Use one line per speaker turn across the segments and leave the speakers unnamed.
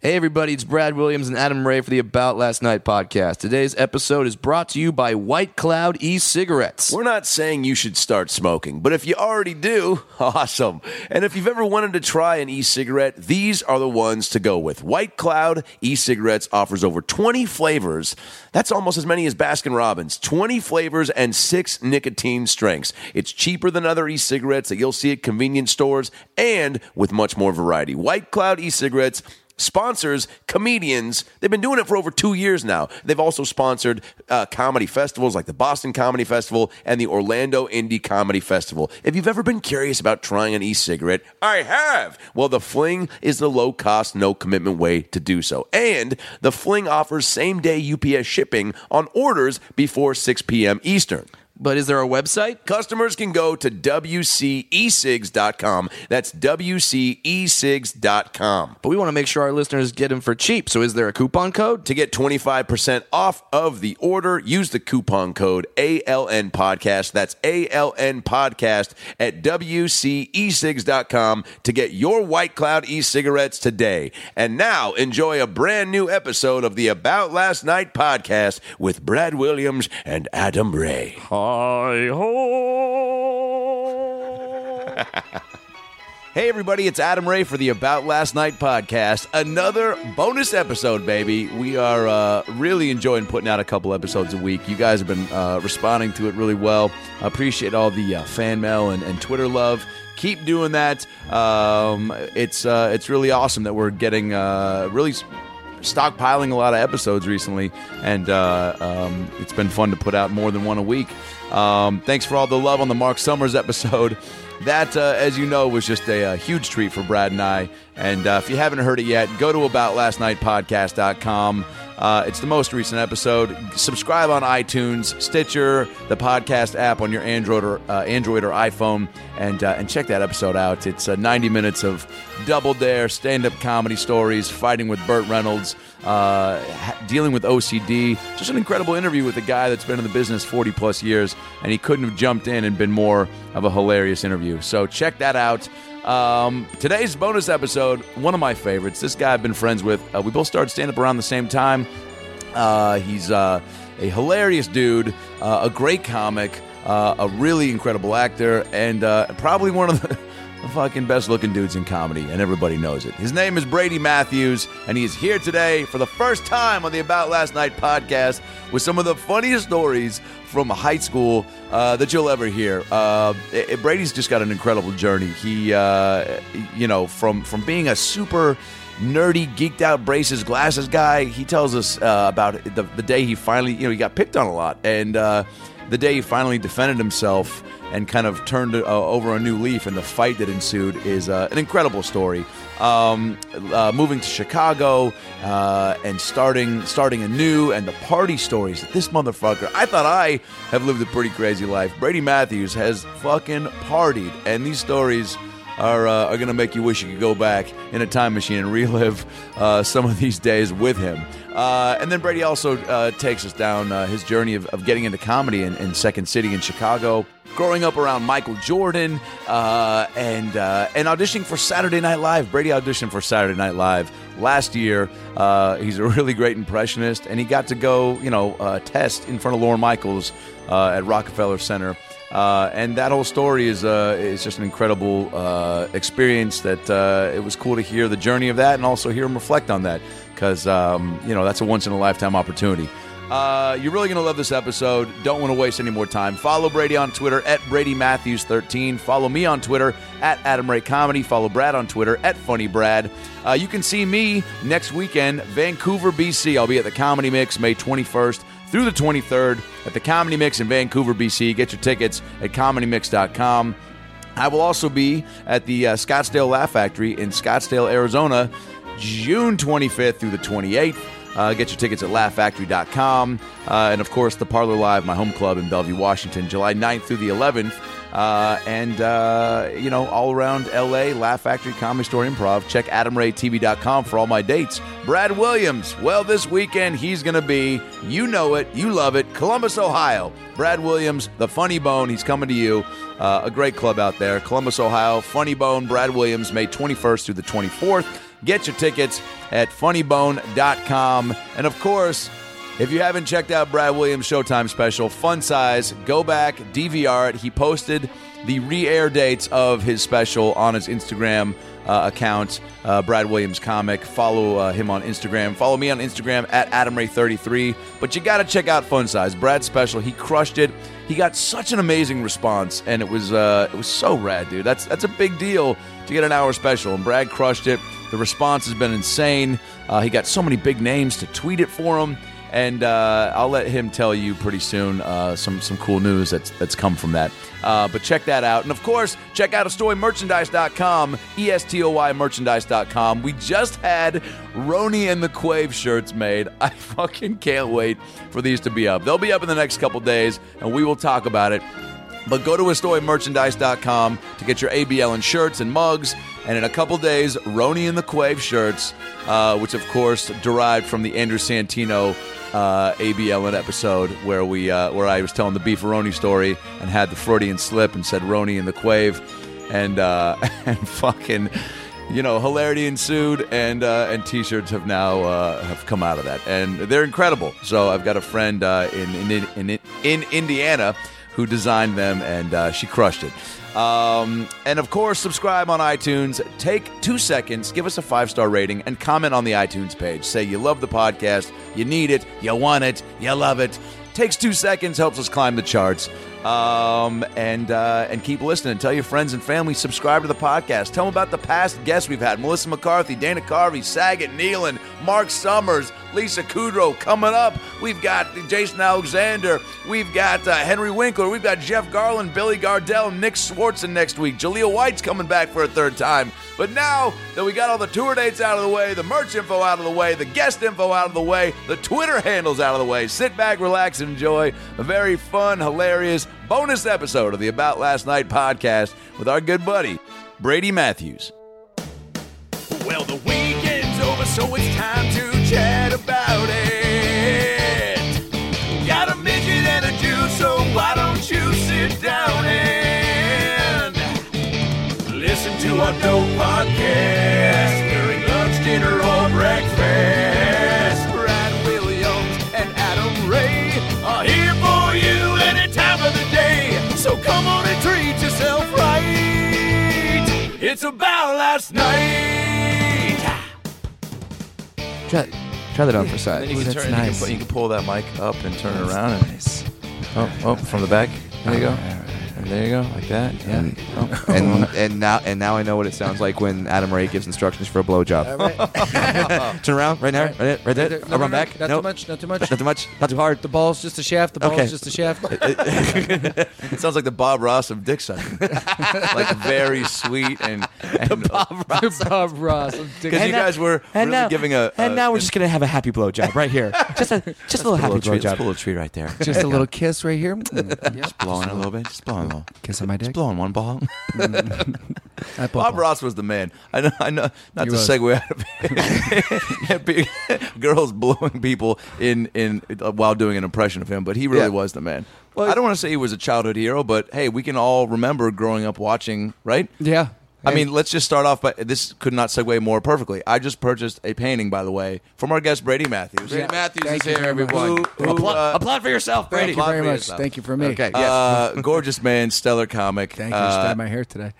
Hey, everybody, it's Brad Williams and Adam Ray for the About Last Night podcast. Today's episode is brought to you by White Cloud e cigarettes.
We're not saying you should start smoking, but if you already do, awesome. And if you've ever wanted to try an e cigarette, these are the ones to go with. White Cloud e cigarettes offers over 20 flavors. That's almost as many as Baskin Robbins 20 flavors and six nicotine strengths. It's cheaper than other e cigarettes that you'll see at convenience stores and with much more variety. White Cloud e cigarettes sponsors comedians. They've been doing it for over two years now. They've also sponsored uh, comedy festivals like the Boston Comedy Festival and the Orlando Indie Comedy Festival. If you've ever been curious about trying an e cigarette, I have. Well, the Fling is the low cost, no commitment way to do so. And the Fling offers same day UPS shipping on orders before 6 p.m. Eastern.
But is there a website?
Customers can go to E WCESIGS.com. That's E WCESIGS.com.
But we want to make sure our listeners get them for cheap. So is there a coupon code?
To get 25% off of the order, use the coupon code ALN Podcast. That's ALN Podcast at E WCESIGS.com to get your White Cloud e cigarettes today. And now enjoy a brand new episode of the About Last Night podcast with Brad Williams and Adam Ray.
Hi ho!
Hey, everybody, it's Adam Ray for the About Last Night podcast. Another bonus episode, baby. We are uh, really enjoying putting out a couple episodes a week. You guys have been uh, responding to it really well. I appreciate all the uh, fan mail and, and Twitter love. Keep doing that. Um, it's, uh, it's really awesome that we're getting uh, really s- stockpiling a lot of episodes recently, and uh, um, it's been fun to put out more than one a week. Um, thanks for all the love on the Mark Summers episode. That, uh, as you know, was just a, uh huge treat for Brad and I. And uh, if you haven't heard it yet, go to aboutlastnightpodcast.com. Uh, it's the most recent episode. Subscribe on iTunes, Stitcher, the podcast app on your Android or uh, Android or iPhone, and uh, and check that episode out. It's uh, 90 minutes of double dare stand-up comedy stories, fighting with Burt Reynolds, uh, ha- dealing with OCD. Just an incredible interview with a guy that's been in the business 40 plus years, and he couldn't have jumped in and been more of a hilarious interview. So check that out. Um, today's bonus episode, one of my favorites. This guy I've been friends with. Uh, we both started stand up around the same time. Uh, he's uh, a hilarious dude, uh, a great comic, uh, a really incredible actor, and uh, probably one of the, the fucking best looking dudes in comedy, and everybody knows it. His name is Brady Matthews, and he's here today for the first time on the About Last Night podcast with some of the funniest stories from high school uh, that you'll ever hear. Uh, it- it- Brady's just got an incredible journey. He, uh, you know, from from being a super nerdy, geeked out braces, glasses guy. He tells us uh, about the, the day he finally, you know, he got picked on a lot, and uh, the day he finally defended himself and kind of turned uh, over a new leaf and the fight that ensued is uh, an incredible story um, uh, moving to chicago uh, and starting starting anew and the party stories that this motherfucker i thought i have lived a pretty crazy life brady matthews has fucking partied and these stories are, uh, are going to make you wish you could go back in a time machine and relive uh, some of these days with him. Uh, and then Brady also uh, takes us down uh, his journey of, of getting into comedy in, in Second City in Chicago, growing up around Michael Jordan, uh, and uh, and auditioning for Saturday Night Live. Brady auditioned for Saturday Night Live last year. Uh, he's a really great impressionist, and he got to go, you know, uh, test in front of Lauren Michaels uh, at Rockefeller Center. Uh, and that whole story is uh, is just an incredible uh, experience. That uh, it was cool to hear the journey of that, and also hear him reflect on that, because um, you know that's a once in a lifetime opportunity. Uh, you're really gonna love this episode. Don't want to waste any more time. Follow Brady on Twitter at Brady Matthews 13. Follow me on Twitter at Adam Ray Comedy. Follow Brad on Twitter at Funny Brad. Uh, you can see me next weekend, Vancouver, BC. I'll be at the Comedy Mix May 21st through the 23rd at the Comedy Mix in Vancouver, BC. Get your tickets at comedymix.com. I will also be at the uh, Scottsdale Laugh Factory in Scottsdale, Arizona, June 25th through the 28th. Uh, get your tickets at laughfactory.com. Uh, and of course, the Parlor Live, my home club in Bellevue, Washington, July 9th through the 11th uh, and uh, you know all around la laugh factory comedy store improv check adamraytv.com for all my dates brad williams well this weekend he's gonna be you know it you love it columbus ohio brad williams the funny bone he's coming to you uh, a great club out there columbus ohio funny bone brad williams may 21st through the 24th Get your tickets at funnybone.com. And of course, if you haven't checked out Brad Williams' Showtime special, Fun Size, go back, DVR it. He posted the re air dates of his special on his Instagram uh, account, uh, Brad Williams Comic. Follow uh, him on Instagram. Follow me on Instagram at AdamRay33. But you got to check out Fun Size, Brad's special. He crushed it. He got such an amazing response, and it was uh, it was so rad, dude. That's that's a big deal to get an hour special, and Brad crushed it. The response has been insane. Uh, he got so many big names to tweet it for him, and uh, I'll let him tell you pretty soon uh, some some cool news that's that's come from that. Uh, but check that out, and of course, check out estoymerchandise.com, estoy merchandise.com. We just had Roni and the Quave shirts made. I fucking can't wait for these to be up. They'll be up in the next couple days, and we will talk about it. But go to AstoyMerchandise.com to get your ABL and shirts and mugs. And in a couple days, Roni and the Quave shirts, uh, which of course derived from the Andrew Santino uh, ABL and episode where we uh, where I was telling the beefaroni story and had the Freudian slip and said Roni and the Quave, and uh, and fucking. You know, hilarity ensued, and uh, and T-shirts have now uh, have come out of that, and they're incredible. So I've got a friend uh, in, in in in Indiana who designed them, and uh, she crushed it. Um, and of course, subscribe on iTunes. Take two seconds, give us a five star rating, and comment on the iTunes page. Say you love the podcast, you need it, you want it, you love it. Takes two seconds, helps us climb the charts. Um, and uh, and keep listening. Tell your friends and family. Subscribe to the podcast. Tell them about the past guests we've had: Melissa McCarthy, Dana Carvey, Saget, Nealon, Mark Summers, Lisa Kudrow. Coming up, we've got Jason Alexander. We've got uh, Henry Winkler. We've got Jeff Garland, Billy Gardell, Nick Swartzen next week. Jaleel White's coming back for a third time. But now that we got all the tour dates out of the way, the merch info out of the way, the guest info out of the way, the Twitter handles out of the way, sit back, relax, and enjoy a very fun, hilarious bonus episode of the About Last Night podcast with our good buddy, Brady Matthews. Well, the weekend's over, so it's time to chat about it. Got a midget and a Jew, so why don't you sit down and listen to our dope podcast during lunch, dinner, or breakfast? Brad Williams and Adam Ray are here for you any time of the day, so come on and treat yourself right. It's about last night.
Try, try that on for size.
And you can
that's
turn. You, can
nice.
put, you can pull that mic up and turn it around. And, Oh, oh, from the back. There you go. And there you go, like that. Yeah. Oh.
And and now and now I know what it sounds like when Adam Ray gives instructions for a blowjob. Turn around, right now, right there, right there.
No, no,
Around
no,
back.
Not
Nope.
too much. Not too much.
Not too much. Not too hard.
The ball's just a shaft. The ball's
Okay.
just a shaft.
It sounds like the Bob Ross of dick sucking. like very sweet and, and
Bob Ross. I'm
because
dick-
you
And now-
guys were really
And now,
giving a,
and
a-
now we're just gonna have a happy blowjob right here. Just a just a little
a
happy
little treat, just
blowjob.
a little treat right there.
just a little kiss right here. Mm, yep.
blowing a little bit, just blowing a little,
Kiss on my dick.
just blowing one ball.
I
Bob
bubble.
Ross was the man. I know. I know. Not
He
to
was.
segue out of it. Be- girls blowing people in in uh, while doing an impression of him, but he really
Yeah.
was the man.
Well,
I don't want to say he was a childhood hero, but hey, we can all remember growing up watching, right?
Yeah.
I mean, let's just start off by this could not segue more perfectly. I just purchased a painting, by the way, from our guest Brady Matthews.
Brady
Yeah.
Matthews
Thank
is
you
here,
very much.
everyone.
Who- who,
applaud,
uh,
applaud for yourself, Brady.
Thank you
Bob
very much.
Rees, though.
Thank you for me.
Okay. Yes.
Uh, gorgeous man, stellar comic.
Thank you for
Uh,
styling my hair today.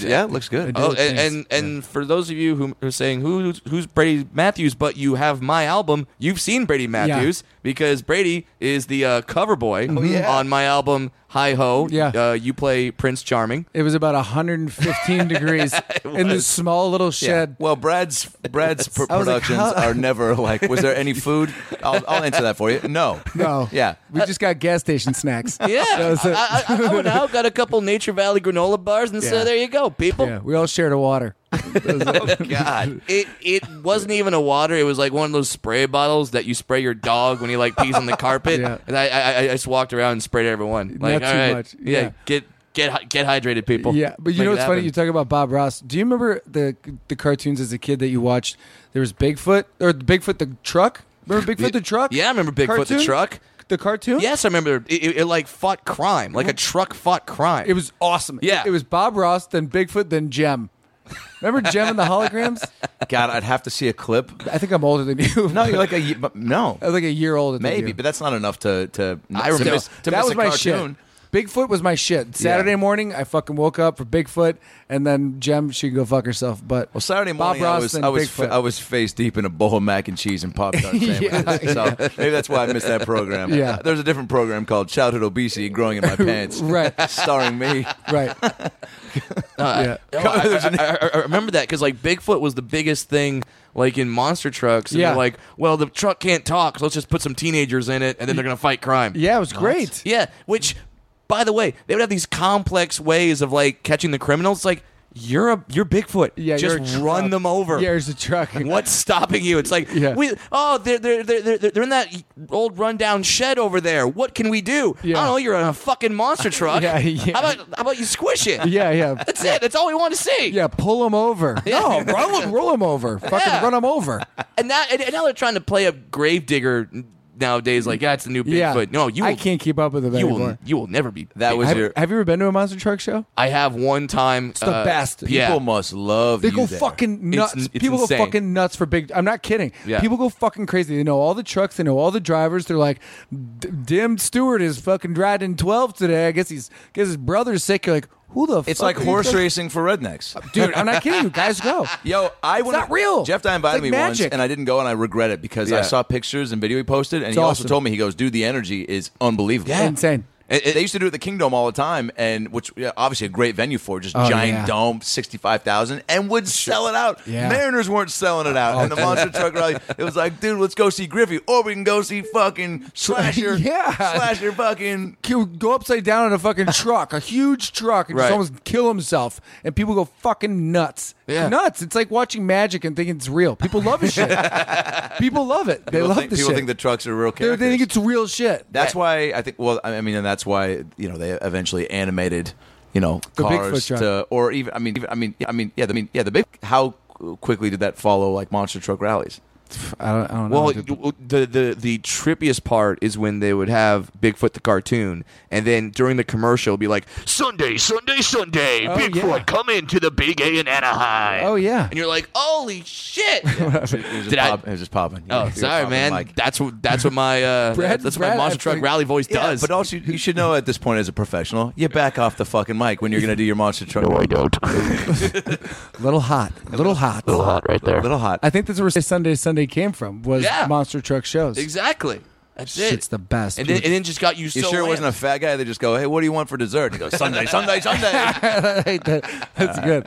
yeah, looks good.
I did.
Oh,
Oh, and and,
Thanks.
and for those of you who who are saying who's who's Brady Matthews, but you have my album, you've seen Brady Matthews because Brady is the uh, cover boy
yeah.
on my album Hi Ho.
Oh, Yeah.
uh, you play Prince Charming.
It was about 115 degrees in this small little shed.
well, Brad's Brad's pr-
I was like,
productions
how-
are never like. Was there any food? I'll, I'll answer that for you. No.
No.
Yeah.
We just got gas station snacks.
Yeah,
That was it.
I, I, I went out, got a couple Nature Valley granola bars, and so
Yeah.
there you go, people.
Yeah. We all shared a water. That was it.
God.
It it wasn't even a water. It was like one of those spray bottles that you spray your dog when he like pees on the carpet.
Yeah.
And I, I I just walked around and sprayed everyone. Like,
Not
all
too
right,
much.
Yeah,
Yeah.
get get hy- get hydrated, people.
Yeah, but you
Make
know
it
what's funny?
happen.
You talk about Bob Ross. Do you remember the the cartoons as a kid that you watched? There was Bigfoot or Bigfoot the truck. Remember Bigfoot the truck?
Yeah, I remember Bigfoot the
Cartoon?
truck.
The cartoon.
Yes, I remember. It, it, it like fought crime, like a truck fought crime.
it was awesome.
Yeah.
it was Bob Ross, then Bigfoot, then Jem. Remember Gem and the holograms?
God, I'd have to see a clip.
I think I'm older than you.
No, you're like a ye- but no,
I was like a year older. than
maybe,
you.
but that's not enough to to. I
remember-
to miss, to
that
miss
was
a
my
cartoon.
shit. Bigfoot was my shit. Saturday morning, I fucking woke up for Bigfoot, and then Jem, she can go fuck herself. But
Well, Saturday morning,
Bob
I was
Ross and
I was
Bigfoot.
fa- I was face deep in a bowl of mac and cheese and pop tart sandwiches.
Yeah,
so maybe that's why I missed that program.
Yeah.
there's a different program called Childhood Obesity Growing in My Pants,
Right.
Starring me.
right,
Uh, I- I, I- I- I remember that because like Bigfoot was the biggest thing like in monster trucks. And
Yeah.
they're like, well, the truck can't talk, so let's just put some teenagers in it, and then they're gonna fight crime.
yeah, it was great.
yeah. Which, by the way, they would have these complex ways of like catching the criminals. Like you're a you're Bigfoot.
Yeah,
just
you're a
run
truck.
them over.
Yeah, there's a truck.
What's stopping you? It's like,
Yeah.
we, oh, they're, they're, they're, they're, they're in that old rundown shed over there. What can we do?
Yeah.
I don't know. You're in a fucking monster truck.
Yeah, yeah.
How, about, how about you squish it?
Yeah, yeah,
That's it. That's all we want to see.
yeah. Pull him over. No, roll him, roll him over. Fucking
Yeah.
run him over.
And, that, and, and now they're trying to play a gravedigger nowadays. Like, that's the new Bigfoot.
Yeah,
No, you will,
I can't keep up with him
You
anymore.
will, you will never be.
That was
Bigfoot.
have,
your-
have you ever been to a monster truck show?
I have one time. It's
the best.
Yeah.
People must love
They
you
go
there.
fucking
It's-
nuts.
it's
People
insane.
go fucking nuts for big. I'm not kidding.
Yeah.
People go fucking crazy. They know all the trucks. They know all the drivers. They're like, "D- Dim Stewart is fucking driving 12 today. I guess he's guess his brother's sick. You're like, who the?
It's
fuck Uh,
like
are you
horse
fucking-"
racing for rednecks.
dude. I'm not kidding you. Guys, go.
Yo, I went.
not real.
Jeff Dye invited
It's like
me once,
magic.
and I didn't go, and I regret it because I
Yeah.
saw pictures and video he posted, and he also
awesome.
told me he goes, "Dude, the energy is unbelievable."
Insane.
It- it- they used to do it at the Kingdom all the time, and which yeah, obviously a great venue for just giant
Oh, yeah.
dome, sixty five thousand, and would sell it out.
Yeah. Oh,
Mariners weren't selling it out, and the monster truck rally. It was like, dude, let's go see Griffey, or we can go see fucking slasher,
Yeah.
slasher, fucking.
He would go upside down in a fucking truck, a huge truck, and
Right.
just almost kill himself. And people go fucking nuts.
Yeah.
Nuts. It's like watching magic and thinking it's real. People love his shit. people love it. They
People
love
think,
the
people
shit.
think the trucks are real
They-
characters.
they think it's real shit.
That's why I think. Well, I I mean, and that's why you know they eventually animated, you know,
The
cars
Bigfoot truck.
to, or even I mean, even, I mean, yeah, I mean, yeah, I mean, yeah, the big. How quickly did that follow like monster truck rallies?
I don't, I don't know.
Well,
dude.
you- the, the the trippiest part is when they would have Bigfoot the cartoon, and then during the commercial, it'd be like Sunday, Sunday, Sunday,
Oh,
Bigfoot,
yeah.
come into the Big A in Anaheim.
Oh, yeah.
and you're like, holy shit!
It was just,
Did I-
pop- it was just popping. You
oh,
were
sorry,
popping,
man.
like-
That's what that's what my uh,
Brad-
that's what my
Brad,
monster
I
truck
think-
rally voice
Yeah,
does.
but also you should know at this point as a professional, you back off the fucking mic when you're going to do your monster truck.
I don't.
little hot, little hot.
A lot right there.
little hot.
I think that's where Sunday Sunday came from. Was
Yeah.
monster truck shows.
exactly. That's
Shit's
it.
the best.
and then,
dude.
and then just got you.
You
so
sure it wasn't a
amped.
fat guy? They just go, "Hey, what do you want for dessert?" He goes, "Sunday, Sunday, Sunday."
I hate that. That's good.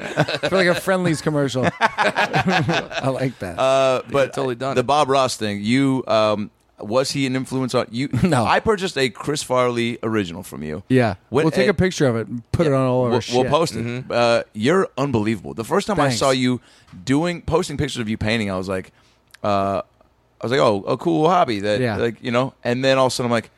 For like a friendlies commercial. I like that.
Uh, but
totally done
the
it.
Bob Ross thing. You um, was he an influence on you?
No.
I purchased a Chris Farley original from you.
yeah,
When-
we'll take
uh,
a picture of it and put it on all
We'll,
over.
we'll post it. Uh, you're unbelievable. The first time I
Thanks.
saw you doing posting pictures of you painting, I was like, uh, I was like, oh, a cool hobby that,
Yeah.
like, you know. And then all of a sudden, I'm like,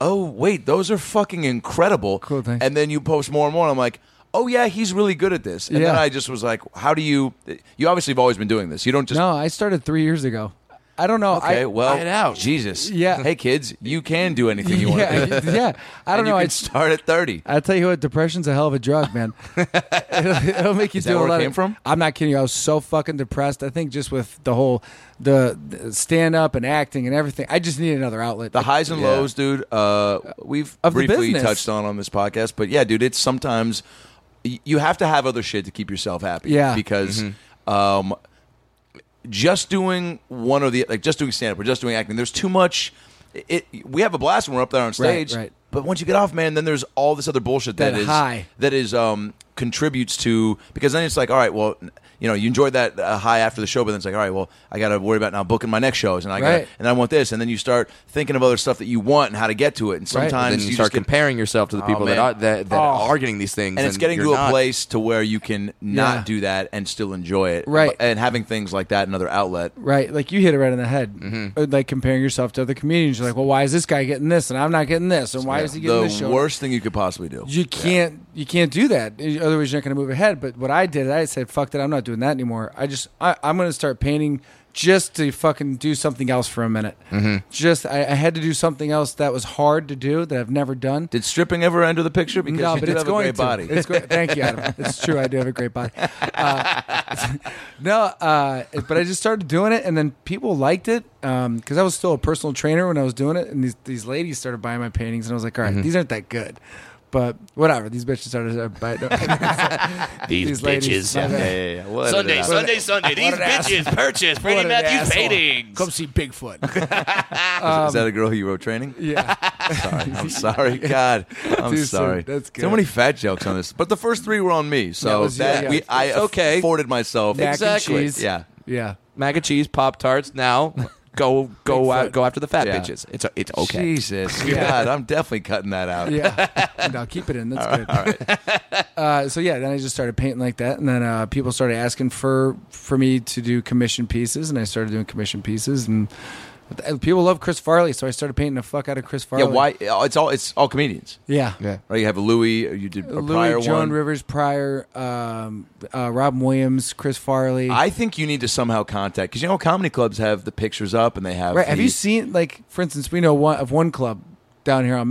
oh wait, those are fucking incredible.
Cool, thanks.
And then you post more and more, and I'm like. Oh yeah, he's really good at this. And then
Yeah.
I just was like, "How do you? You obviously have always been doing this. You don't just
No, I started three years ago. I don't know.
Okay,
I,
well,
Get out.
Jesus.
Yeah.
Hey, kids, you can do anything you want to do.
yeah, yeah. I
And
don't
you
know.
can
I,
start at 30.
I tell you what, depression's a hell of a drug, man. it'll, it'll make you
that
do
where
a
it
lot
came
of.
from?
I'm not kidding you. I was so fucking depressed. I think just with the whole the, the stand up and acting and everything, I just need another outlet.
The highs and
Yeah.
lows, dude, uh, we've
Of the
briefly
business.
touched on on this podcast. But yeah, dude, it's sometimes y- you have to have other shit to keep yourself happy.
Yeah.
Because
Mm-hmm.
um, just doing one or the, like just doing stand up or just doing acting, there's too much. It, we have a blast when we're up there on
Right,
stage,
right.
but once you get off, man, then there's all this other bullshit that
That
is
high.
that is um contributes to because then it's like all right well you know you enjoyed that uh, high after the show but then it's like all right well i gotta worry about now booking my next shows and i gotta
Right.
and i want this and then you start thinking of other stuff that you want and how to get to it and
Right.
sometimes
Then
you,
you
just
start
get-
comparing yourself to the
Oh,
people that
man.
are that, that
Oh.
are getting these things,
and it's getting
you're
to a
not.
place to where you can not
Yeah.
do that and still enjoy it
Right.
and having things like that another outlet
Right, like you hit it right in the head.
Mm-hmm.
Or, Like comparing yourself to other comedians, you're like, "Well, why is this guy getting this and I'm not getting this, and why is he getting
the
this show?"
worst thing you could possibly do
You can't, you can't do that. Otherwise, you're not going to move ahead. But what I did, I said, "Fuck that, I'm not doing that anymore." I just, I, I'm going to start painting just to fucking do something else for a minute. Just I, I had to do something else that was hard to do that I've never done.
Did stripping ever enter the picture? Because
no,
you
but
do
it's
have
going
a great
to.
body.
It's great. Thank you, Adam. It's true. I do have a great body. Uh, no, uh, but I just started doing it, and then people liked it because I was still a personal trainer when I was doing it, and these these ladies started buying my paintings, and I was like, all
Mm-hmm.
right, these aren't that good. But whatever, these bitches started buying
These,
These ladies.
bitches.
Yeah.
yeah, yeah, yeah. We'll edit it
Sunday,
out.
Sunday, Sunday. These
an asshole.
bitches purchase
What
Brady
an
Matthews
asshole.
paintings.
Come see Bigfoot.
Is
Um,
that a girl you wrote training?
yeah.
I'm sorry, God. I'm
Too soon.
sorry.
That's good.
So many fat jokes on this, but the first three were on me,
That
so
was-
that
yeah,
we,
yeah.
I
It's okay.
afforded myself
Mac and
Exactly.
cheese.
Yeah.
Yeah.
Mac and cheese, Pop Tarts. Now go go
Bigfoot.
out, go after the fat
Yeah.
bitches. It's it's okay.
Jesus,
Yeah.
God, I'm definitely cutting that out.
Yeah. no, keep it in. That's good. uh, so yeah, then I just started painting like that, and then uh, people started asking for for me to do commission pieces, and I started doing commission pieces, and and people love Chris Farley, so I started painting the fuck out of Chris
Yeah,
Farley.
why? uh, It's all it's all comedians.
Yeah.
Yeah.
Right? You have a Louis. You did a prior
Louis, Joan
one.
Rivers, Pryor, um, uh, Robin Williams, Chris Farley.
I think you need to somehow contact because you know comedy clubs have the pictures up and they have.
right? Have
the-
you seen like, for instance, we know one of one club down here on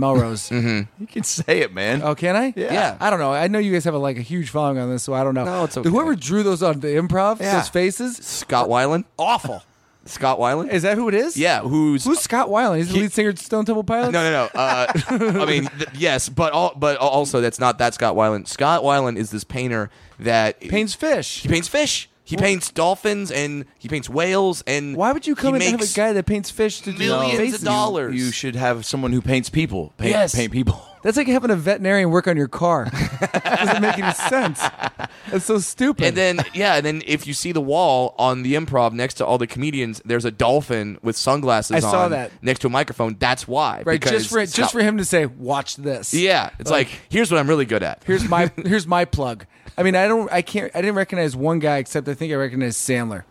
Melrose.
Mm-hmm. You can say it, man.
Oh, can I?
Yeah.
Yeah.
I don't know. I know you guys have a, like a huge following on this, so I don't know.
No, it's okay.
Whoever drew those on the improv,
Yeah.
those faces,
Scott Weiland.
awful.
Scott Weiland.
Is that who it is?
yeah. Who's
Who's Scott Weiland? He's the
He-
lead singer of Stone Temple Pilots.
No, no, no. Uh, I mean, th- yes, but all, but al- also that's not that Scott Weiland. Scott Weiland is this painter that
Paints fish.
He paints fish. He paints dolphins and he paints whales. And
Why would you come
he
in and have a
makes-
guy that paints fish to do
millions of
faces?
dollars.
You should have someone who paints people. Paint,
Yes.
paint people.
That's like having a veterinarian work on your car. doesn't make any sense. That's so stupid.
And then yeah, and then if you see the wall on the improv next to all the comedians, there's a dolphin with sunglasses.
I saw
on
that.
next to a microphone. That's why.
right,
because
just for
Scott-
just for him to say, "Watch this."
Yeah, it's like, here's what I'm really good at.
Here's my here's my plug. I mean, I don't, I can't, I didn't recognize one guy except I think I recognized Sandler.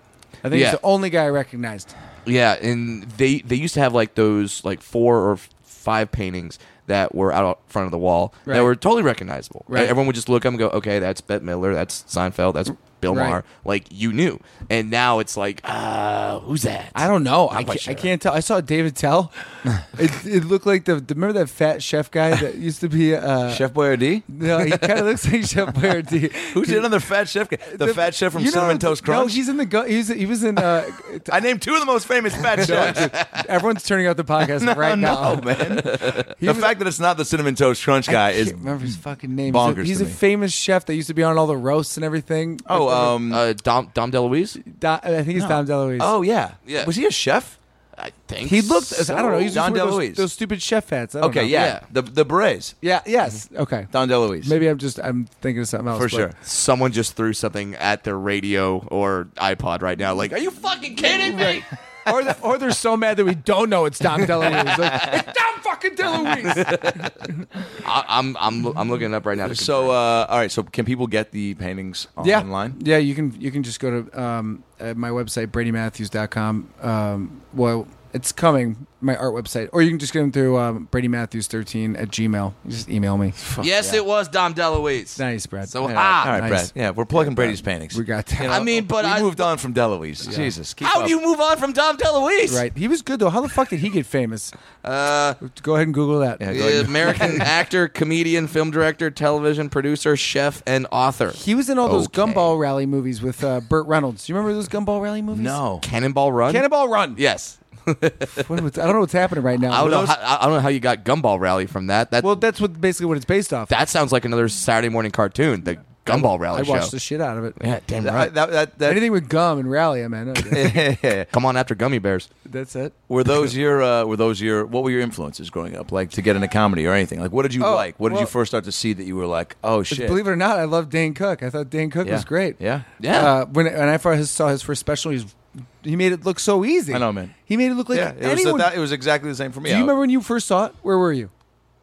I think
Yeah.
he's the only guy I recognized.
Yeah, and they they used to have like those like four or f- five paintings that were out front of the wall
Right.
that were totally recognizable. E,
Right.
Everyone would just look up and go, "Okay, that's Bette Midler, that's Seinfeld, that's Bill
Right.
Maher." Like you knew, and now it's like, uh, who's that?
I don't know. I
Not quite
can't, I
sure.
can't tell. I saw David Tell. it, it looked like the, the remember that fat chef guy that used to be uh,
Chef Boyardee.
No, he kind of looks like Chef Boyardee.
Who's another fat chef? guy? The, fat chef from
You know,
Cinnamon Toast
No,
Crunch.
he's in the go- he's, he was in. Uh,
I named two of the most famous fat chefs.
everyone's turning out the podcast right now.
No, man.
He
the
was-
fact that it's not the cinnamon toast crunch guy
I can't
is
remember his fucking name.
bonkers to
he's a,
me.
he's a famous chef that used to be on all the roasts and everything.
oh um
Uh, Dom Dom DeLuise,
Don, I think he's Tom DeLuise.
oh yeah
Yeah.
was he a chef?
I think
he looked.
so.
I don't know. He's
Don
just one of
DeLuise.
Those, those stupid chef hats. I don't
Okay
know.
yeah. Mm-hmm.
Yeah.
the the berets
yeah, yes. Okay,
Don DeLuise
maybe I'm just I'm thinking of something else
for
but-
sure.
Someone just threw something at their radio or iPod right now. Like, are you fucking kidding me?
or, the, or they're so mad that we don't know it's Don DeLuise. Like, it's Don fucking DeLuise.
I, I'm I'm I'm looking it up right now. To
So
confirm.
uh, all right, so can people get the paintings on-
yeah,
online?
yeah. You can you can just go to um, uh, my website bradymatthews.com. Um, well, it's coming my art website, or you can just get them through um, bradymatthews13 at gmail. You just email me.
yes, it was Dom DeLuise.
Nice, Brad.
So
All
ah,
right, all right
nice.
Brad. Yeah, we're plugging Brady's paintings.
we got that.
I mean, but
we
I-
moved on from DeLuise. Jesus, keep
how
up.
do you move on from Dom DeLuise?
right. He was good though. How the fuck did he get famous?
Uh,
Go ahead and Google that.
Yeah, go
The
ahead.
American actor, comedian, film director, television producer, chef, and author.
He was in all those
Okay.
Gumball Rally movies with uh, Burt Reynolds. Do you remember those Gumball Rally movies?
No,
Cannonball Run.
Cannonball Run.
Yes.
What was- I don't know what's happening right now.
I don't, know
those-
how, I don't know how you got Gumball Rally from that. That
Well, that's what basically what it's based off.
that sounds like another Saturday morning cartoon. The Gumball Rally
I watched
show.
the shit out of it.
yeah, damn
That-
right.
that, that, that-
Anything with gum and rally, I mean,
Come on after Gummy Bears.
that's it.
were those your uh, were those your what were your influences growing up? Like to get into comedy or anything? Like what did you
Oh,
like? What did you
well-
first start to see that you were like, oh shit?
Believe it or not, I love Dan Cook. I thought Dan Cook
yeah.
was great.
Yeah,
Yeah.
Uh, when when I first saw his first special, he was, he made it look so easy.
I know, man.
He made it look like
yeah, it was,
anyone.
that, it was exactly the same for me.
Do you
I-
remember when you first saw it? Where were you?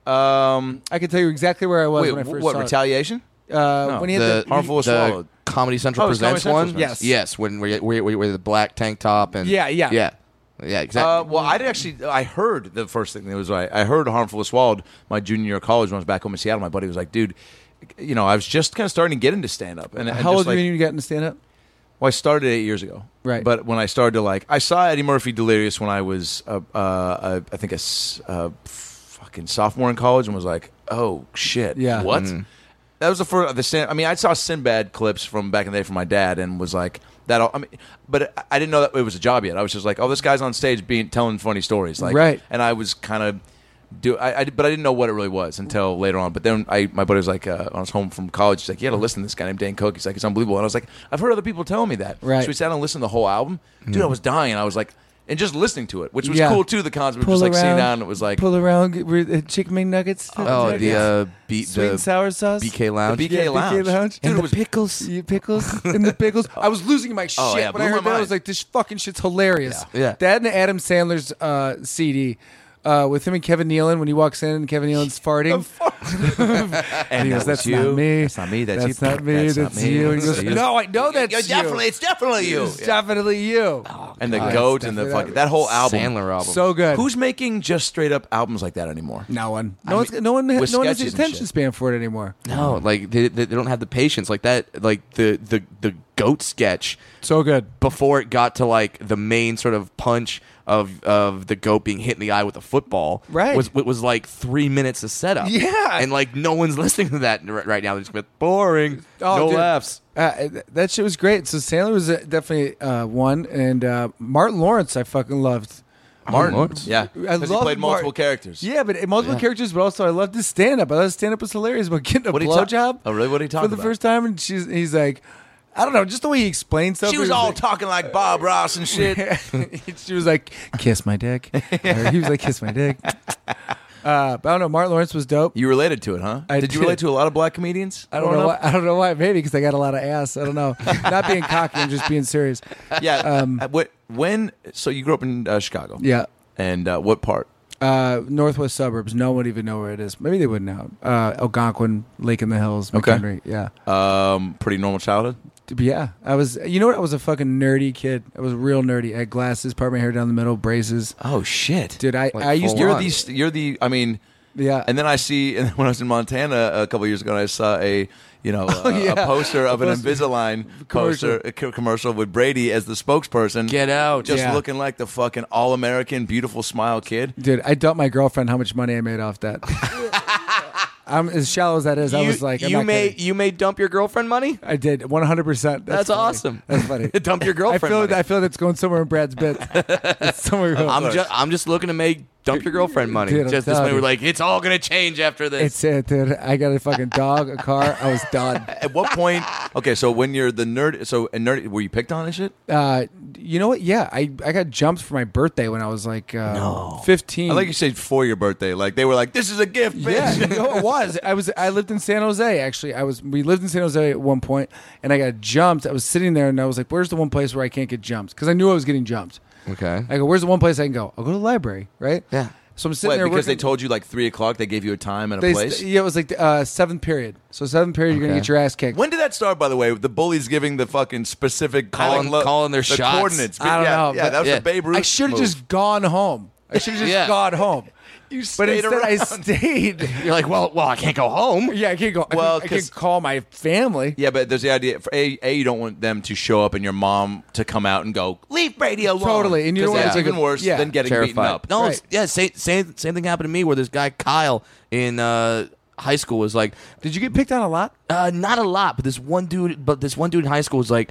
Um,
I can tell you exactly where I was
wait,
when I first
what
saw
retaliation?
it. Uh,
No.
when he had
the
the,
Harmful
the
Swallowed.
Comedy Central
Oh, it's Comedy
presents
Central
one.
Presents. Yes.
yes. When we we we with the black tank top and
Yeah, yeah.
yeah, yeah, exactly.
Uh, well, I'd actually I heard the first thing that was right. I heard "Harmful is Swallowed" my junior year of college when I was back home in Seattle. My buddy was like, "Dude, you know, I was just kind of starting to get into stand up." And I
how
just,
old were
like,
you when you got into stand up?
Well, I started eight years ago.
Right.
But when I started to like, I saw Eddie Murphy Delirious when I was, uh, uh, uh, I think, a s- uh, fucking sophomore in college and was like, oh, shit.
Yeah.
What? That was the first, the Sin, I mean, I saw Sinbad clips from back in the day from my dad and was like, that, all, I mean, but I- I didn't know that it was a job yet. I was just like, oh, this guy's on stage being, telling funny stories. Like,
Right.
And I was kind of, do I, I- But I didn't know what it really was until later on. But then I, my buddy was like, uh, when I was home from college. He's like, you got to listen to this guy named Dan Cook. He's like, it's unbelievable. And I was like, I've heard other people tell me that.
Right. Mm.
So we sat down and listened to the whole album. Dude, I was dying. I was like, and just listening to it, which was
Yeah.
cool too. The concept of just like sitting down. and It was like
pull around get rid- uh, chicken McNuggets.
Oh, the
Yeah.
uh, beat
sweet
the
and sour sauce.
BK Lounge.
The BK
Yeah,
Lounge. Dude,
and
it
the
was-
pickles. Yeah, pickles and the pickles. I was losing my shit
Oh, yeah,
when I
blew my
heard that. I
mind.
was like, this fucking shit's hilarious.
Yeah. Yeah.
That and Adam Sandler's uh, CD. Uh, with him and Kevin Nealon, when he walks in and Kevin Nealon's farting, and he goes,
that was
"That's
you.
not me.
That's not me. That's you.
not me. That's,
That's not me.
you." And he
That's
goes,
you.
"No, I know that's
You're
you.
definitely, it's definitely you. Oh,
it's
Yeah.
definitely you."
And the
God.
goats and the
Definitely
fucking that whole album.
Sandler album.
so good.
Who's making just straight up albums like that anymore?
no one?
I
No one's
mean,
no one.
with
No one has the
sketches and
attention
shit.
span for it anymore.
no, like they, they they don't have the patience like that. Like the the the goat sketch
So good.
before it got to like the main sort of punch of of the goat being hit in the eye with a football.
Right.
was it was like three minutes of setup.
Yeah.
and like no one's listening to that r- right now. They're just like, boring.
Oh,
no
dude.
laughs.
Uh, that shit was great. So Sandler was uh, definitely uh, one, and uh, Martin Lawrence I fucking loved.
Martin.
Yeah,
I
'Cause he
love
played multiple
Martin.
characters.
Yeah, but uh, multiple characters, but also I loved his stand up. I thought his stand up was hilarious about getting a
What'd he talk-
blowjob.
Oh, really? What'd he talk
for the
about?
first time? And she's he's like, I don't know, just the way he explained stuff.
She
it
was all
like-
talking like Bob Ross and shit.
she was like, kiss my dick. Or he was like, kiss my dick. Uh, but I don't know. Martin Lawrence was dope.
You related to it, huh?
I
did you
did.
relate to a lot of black comedians?
I don't know. Why, I don't know why. Maybe because I got a lot of ass. I don't know. Not being cocky. I'm just being serious.
Yeah. uh, what? When? So you grew up in uh, Chicago.
um, Yeah.
And uh, what part?
Uh, northwest suburbs. No one would even know where it is. Maybe they would know. Uh, Algonquin, Lake in the Hills,
Okay.
McHenry. Yeah,
Um, pretty normal childhood.
But yeah. I was. You know what? I was a fucking nerdy kid. I was real nerdy. I had glasses, part of my hair down the middle, braces.
Oh shit,
Dude, I
Like
I used.
full
You're
on.
the. st- You're the. I mean.
Yeah.
And then I see, and when I was in Montana a couple years ago, I saw a, you know, a,
Oh, yeah.
a poster of an
poster.
Invisalign
Commercial.
poster a co- commercial with Brady as the spokesperson.
Get out.
just
Yeah.
looking like the fucking all-American, beautiful smile kid.
Dude, I dumped my girlfriend how much money I made off that. I'm as shallow as that is. I
you,
was like, I'm
you
not
may
kidding.
you may dump your girlfriend money.
I did 100. percent
That's,
funny.
awesome.
That's funny.
dump your
I
girlfriend.
feel
money.
I feel that's going somewhere in Brad's bit. It's somewhere. Else.
I'm just I'm just looking to make dump your girlfriend money.
Dude, I'm
just this way,
telling
we're
you.
like, it's all gonna change after this.
It's it, dude. I got a fucking dog, a car. I was done.
At what point? Okay, so when you're the nerd, so and nerd, were you picked on and shit?
Uh, you know what? Yeah, I, I got jumped for my birthday when I was like uh, 15.
I like you said for your birthday. Like they were like, "This is a gift, bitch."
yeah, you know, it was. I was I lived in San Jose actually. I was we lived in San Jose at one point, and I got jumped. I was sitting there, and I was like, "Where's the one place where I can't get jumped?" Because I knew I was getting jumped.
okay.
I go, "Where's the one place I can go?" I'll go to the library, right?
Yeah.
So I'm sitting
Wait,
there
because they
working-
told you like three o'clock, they gave you a time and a
they-
place.
Yeah, it was like uh, seventh period. So seventh period, you're gonna
Okay.
get your ass kicked.
When did that start, by the way? with The bullies giving the fucking specific
Calling-
like, lo-
calling their
the
shots.
coordinates.
I don't
yeah,
know,
Yeah,
but-
that was
Yeah.
the Babe Ruth.
I should have
move.
just gone home. I should have just
Yeah.
gone home.
You
But
stayed
instead, I
around.
stayed.
You're like, well, well, I can't go home.
Yeah, I can't go.
Well,
Well, I can
'cause-
call my family.
Yeah, but there's the idea for a a you don't want them to show up and your mom to come out and go leave Brady alone.
Totally, and you don't
Because
want
that's
to-
even worse
yeah.
than getting
Terrified.
beaten up.
No,
Right.
it's- yeah, same, same same thing happened to me where this guy Kyle in uh, high school was like,
Did you get picked on a lot?
uh, not a lot, but this one dude, but this one dude in high school was like,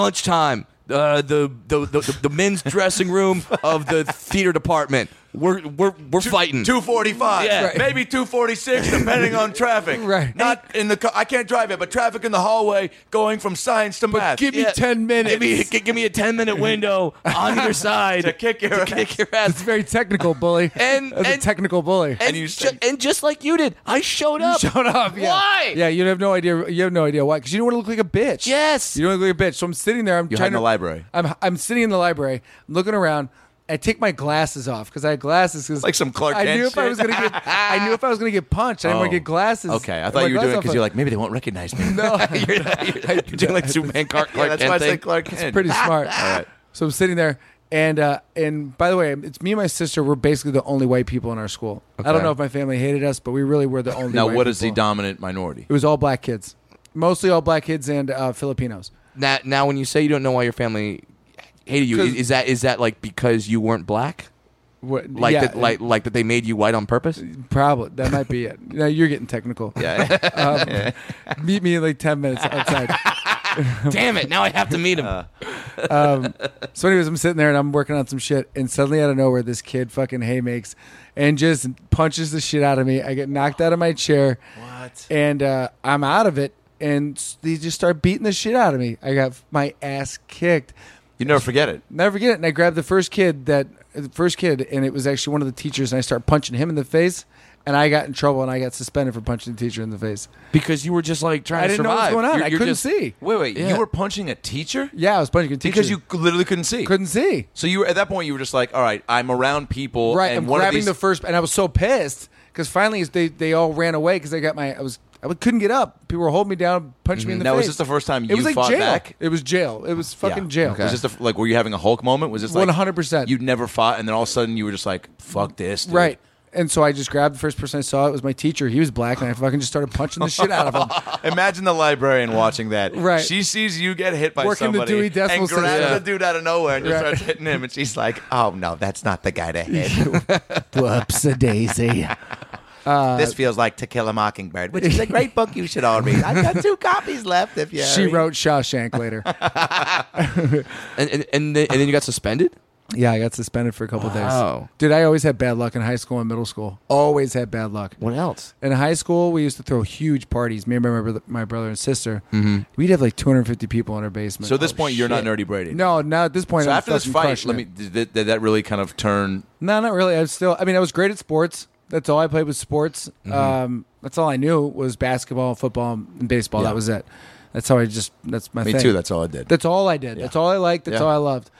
lunchtime. Uh, the, the, the the men's dressing room of the theater department. We're we're we're fighting.
Two forty-five,
Yeah. Right.
maybe two forty-six, depending on traffic.
Right.
Not in the. Car. I can't drive it, but traffic in the hallway going from science to math.
give me
Yeah.
10 minutes.
Give me, gi- give me a ten minute window on your side to
kick your ass.
kick your ass.
It's very technical, bully.
And-
That's
and-
a technical bully.
and,
you
ju-
said-
and just like you did, I showed up.
Shut up. Yeah.
Why?
Yeah, you have no idea. You have no idea why, because you don't want to look like a bitch.
Yes.
You don't look like a bitch. So I'm sitting there. I'm
You hide
trying
in
to
the library.
I'm I'm sitting in the library, I'm looking around. I take my glasses off because I had glasses. Cause
Like some Clark
I
Kent
knew if I
shit.
was gonna get. I knew if I was gonna get punched. I didn't want
Oh.
to get glasses.
Okay, I
My
thought you were doing
glasses
it
off,
because
but-
you're like maybe they won't recognize me.
No,
you're, you're, you're doing like Superman Clark,
yeah,
Clark
that's
Kent
why I
thing.
said Clark Kent.
pretty smart.
right.
So I'm sitting there, and uh, and by the way, it's me and my sister. We're basically the only white people in our school. I don't
Okay.
know if my family hated us, but we really were the only.
Now,
white
what is the
people.
dominant minority?
It was all black kids, mostly all black kids and uh, Filipinos.
now, now when you say you don't know why your family hated you,
'Cause-
is, is that is that like because you weren't black?
What,
Like
yeah,
that, like like that they made you white on purpose?
probably that might be it. Now you're getting technical.
Yeah.
Um, meet me in like ten minutes outside.
Damn it! Now I have to meet him.
um, so, anyways, I'm sitting there and I'm working on some shit, and suddenly out of nowhere, this kid fucking haymakes and just punches the shit out of me. I get knocked out of my chair. What? And uh, I'm out of it, and s- they just start beating the shit out of me. I got my ass kicked.
You never forget it.
Never forget it. And I grabbed the first kid that the first kid, and it was actually one of the teachers, and I start punching him in the face. And I got in trouble, and I got suspended for punching the teacher in the face.
because you were just like trying
I
to
didn't know what was
survive.
going on.
You're-
I
you're
couldn't
just-
see.
Wait, wait.
Yeah.
You were punching a teacher
Yeah, I was punching a teacher
because you literally couldn't see.
couldn't see.
So you were at that point. You were just like, all right, I'm around people.
Right,
And
I'm
one of
grabbing
these-
the first, and I was so pissed because finally they they all ran away because I got my I was I couldn't get up. People were holding me down, punched me in the
Mm-hmm. Now,
face.
was this the first time
it
you
was like
fought
jail.
back?
It was jail. It was fucking
Yeah.
jail.
Was this the, f- like were you having a Hulk moment? Was this like
100%.
You never fought, and then all of a sudden you were just like, "Fuck this!" dude.
Right. And so I just grabbed the first person I saw. It was my teacher. He was black, and I fucking just started punching the shit out of him.
Imagine the librarian watching that.
Right.
She sees you get hit by
Working the
somebody
Dewey Decimal
and grabs
System.
the dude out of nowhere and just
Right.
starts hitting him, and she's like, "Oh no, that's not the guy to hit.
Whoops, a daisy.
this feels like To Kill a Mockingbird, which is a great book you should all read. I've got two copies left. If you
She wrote Shawshank later.
And and and then, and then you got suspended.
Yeah, I got suspended for a couple
Wow.
days. Dude, I always had bad luck in high school and middle school. Always had bad luck.
What else?
In high school, we used to throw huge parties. Me and my, brother- my brother and sister. We'd have like 250 people in our basement.
Mm-hmm. So at this
Oh,
point, you're not
shit.
Nerdy Brady.
No, no. At this point,
So
I'm
after this
fucking
fight,
crushing
let
it.
me did, did that really kind of turn?
No, not really. I was still. I mean, I was great at sports. That's all I played was sports.
Mm-hmm.
Um, that's all I knew was basketball, football, and baseball.
Yeah.
That was it. That's how I just. That's my
Me
thing.
too. That's all I did.
That's all I did.
Yeah.
That's all I liked. That's
Yeah.
all I loved.